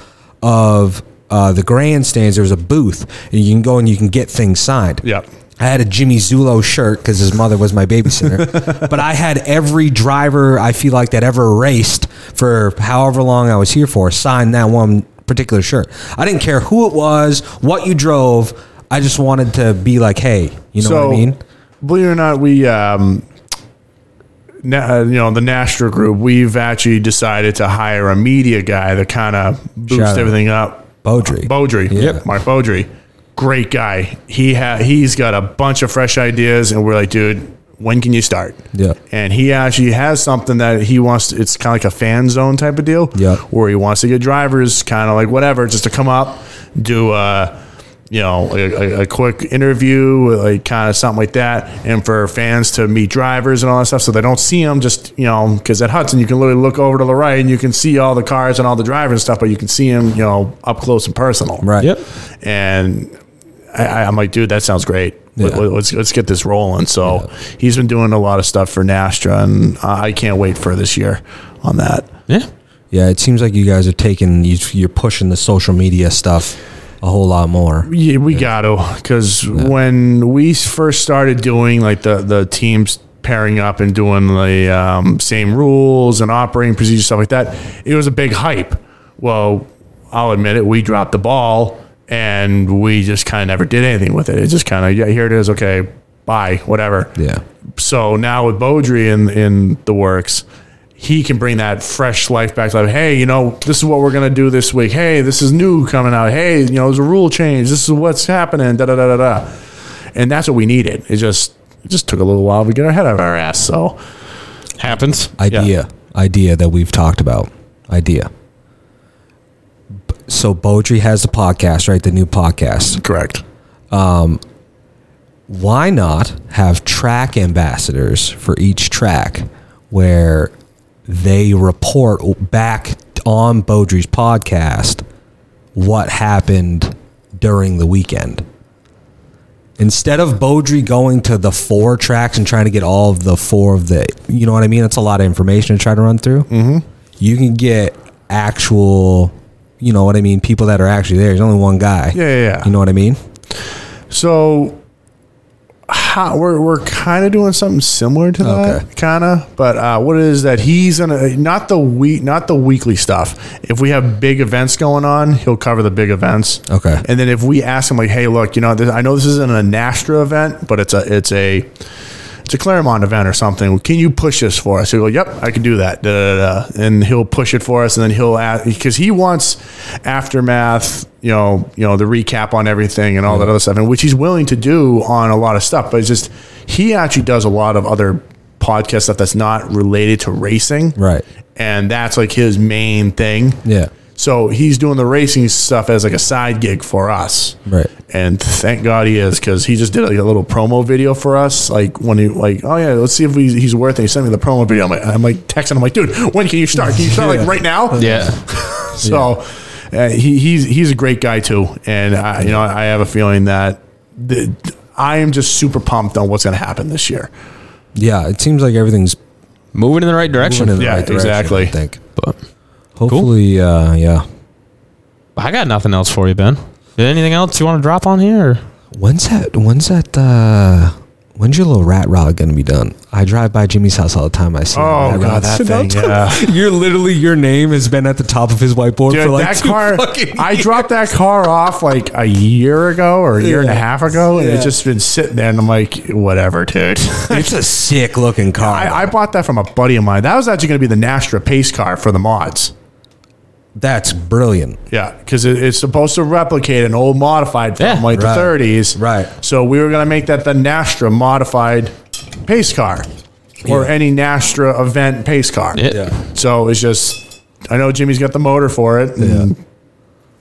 F: of uh, the grandstands. There was a booth, and you can go and you can get things signed.
E: Yep.
F: I had a Jimmy Zulo shirt because his mother was my babysitter. but I had every driver I feel like that ever raced for however long I was here for signed that one particular shirt. I didn't care who it was, what you drove. I just wanted to be like, hey, you know what I mean?
E: Believe it or not, we um, na- uh, you know the Nastro Group. We've actually decided to hire a media guy that kind of
F: Shout
E: boosts
F: out.
E: everything up.
F: Beaudry.
E: uh, Beaudry.
F: Yeah.
E: Yep. Mark Beaudry. Great guy. He ha- he's got a bunch of fresh ideas, and we're like, dude. When can you start?
F: Yeah.
E: and he actually has something that he wants. it's kind of like a fan zone type of deal.
F: Yeah.
E: where he wants to get drivers, kind of like whatever, just to come up, do uh, you know, a, a, a quick interview, like kind of something like that, and for fans to meet drivers and all that stuff, so they don't see them. Just you know, because at Hudson you can literally look over to the right and you can see all the cars and all the drivers and stuff, but you can see them, you know, up close and personal.
F: Right.
D: Yep.
E: And I- I, I'm like, dude, that sounds great. Let-
F: Yeah.
E: Let's let's get this rolling. So he's been doing a lot of stuff for Nastra, and I I can't wait for this year on that.
D: Yeah.
F: Yeah, it seems like you guys are taking, you- you're pushing the social media stuff a whole lot more.
E: Yeah, we got to because when we first started doing like the the teams pairing up and doing the um, same rules and operating procedures stuff like that, it was a big hype. Well, I'll admit it, we dropped the ball and we just kind of never did anything with it. It just kind of yeah, here it is, okay, bye, whatever.
F: Yeah.
E: so now with Beaudry in in the works, he can bring that fresh life back to life. Hey, you know, this is what we're gonna do this week. Hey, this is new coming out. Hey, you know, there's a rule change. This is what's happening. Da da da da da. And that's what we needed. It just it just took a little while to get our head out of our ass. So
D: Happens.
F: idea idea that we've talked about idea B- so Beaudry has the podcast, right? The new podcast.
E: Correct.
F: Why not have track ambassadors for each track where they report back on Beaudry's podcast what happened during the weekend? Instead of Beaudry going to the four tracks and trying to get all of the four of the, you know what I mean? It's a lot of information to try to run through. Mm-hmm. You can get actual, you know what I mean? People that are actually there. There's only one guy.
E: Yeah, yeah, yeah.
F: You know what I mean?
E: So how, we're we're kind of doing something similar to that,
F: Okay.
E: kind of. But uh, what is that? He's gonna not the week, not the weekly stuff. If we have big events going on, he'll cover the big events.
F: Okay.
E: And then if we ask him, like, hey, look, you know, this, I know this isn't a Nastra event, but it's a it's a it's a Claremont event or something. Can you push this for us? He'll go, yep, I can do that. Da, da, da, da. And he'll push it for us, and then he'll ask because he wants aftermath. You know, you know the recap on everything and all that other stuff, and which he's willing to do on a lot of stuff. But it's just he actually does a lot of other podcast stuff that's not related to racing,
F: Right.
E: And that's like his main thing.
F: Yeah.
E: So he's doing the racing stuff as like a side gig for us,
F: Right.
E: And thank God he is because he just did like a little promo video for us. Like when he like, oh yeah, let's see if we, he's worth it. He sent me the promo video. I'm like, I'm like texting. him like, dude, when can you start? Can you start like right now?
D: Yeah.
E: So uh, he, he's he's a great guy too, and I, you know I have a feeling that the, I am just super pumped on what's going to happen this year.
F: Yeah. It seems like everything's
D: Moving in the right direction.
F: moving in the
E: Yeah,
F: right direction.
E: exactly.
F: I think.
D: But
F: Hopefully, uh, yeah.
D: I got nothing else for you, Ben. Did anything else you want to drop on here? Or?
F: When's that? When's that? Uh, when's your little rat rod gonna be done? I drive by Jimmy's house all the time. I see.
E: Oh
F: rat
E: god,
F: rod.
E: that thing! Yeah.
F: You're literally your name has been at the top of his whiteboard
E: Dude,
F: for like
E: that
F: two
E: car,
F: fucking.
E: I dropped that car off like a year ago or a year and a
F: Yeah.
E: half ago, and
F: Yeah.
E: it's just been sitting there. And I'm like, whatever, dude.
F: It's a sick looking car.
E: I, I bought that from a buddy of mine. That was actually going to be the Nastra pace car for the mods.
F: That's brilliant.
E: Yeah, because it, it's supposed to replicate an old modified from
D: Yeah.
E: like
F: Right.
E: the 30s.
F: Right.
E: So we were going to make that the Nastra modified pace car or any Nastra event pace car.
F: Yeah.
E: So it's just, I know Jimmy's got the motor for it. And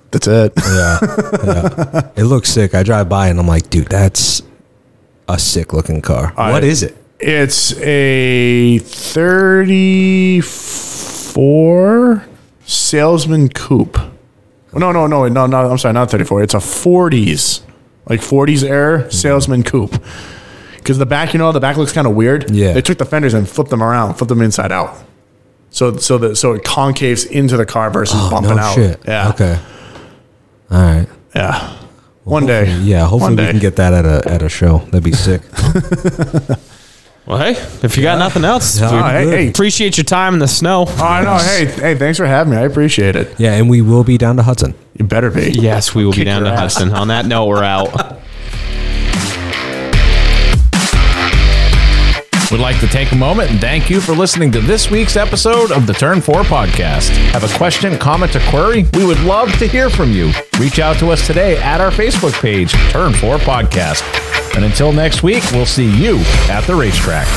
E: That's it.
F: Yeah. yeah. It looks sick. I drive by and I'm like, dude, that's a sick looking car. what is it?
E: It's a 34 salesman coupe. Oh, No, no, no, no, no. I'm sorry, not 34. It's a 40s, like 40s air salesman coupe. Because the back, you know, the back looks kind of weird.
F: Yeah.
E: They took the fenders and flipped them around, flipped them inside out. So, so that so it concaves into the car versus bumping out. Yeah.
F: Oh, Okay. All right.
E: Yeah. One day.
F: Yeah. Hopefully
E: One
F: we
E: day.
F: can get that at a at a show. That'd be sick.
D: Well, hey, if you got nothing else,
F: Yeah.
D: we
E: Oh, hey,
F: Good.
E: hey.
D: appreciate your time in the snow.
E: Oh, I know. Hey, hey, thanks for having me. I appreciate it.
F: yeah, and we will be down to Hudson.
E: You better be.
D: Yes, we will be
E: Kick
D: down
E: your
D: to
E: ass.
D: Hudson. On that note, we're out.
B: We'd like to take a moment and thank you for listening to this week's episode of the Turn 4 podcast. Have a question, comment, or query? We would love to hear from you. Reach out to us today at our Facebook page, Turn 4 Podcast. And until next week, we'll see you at the racetrack.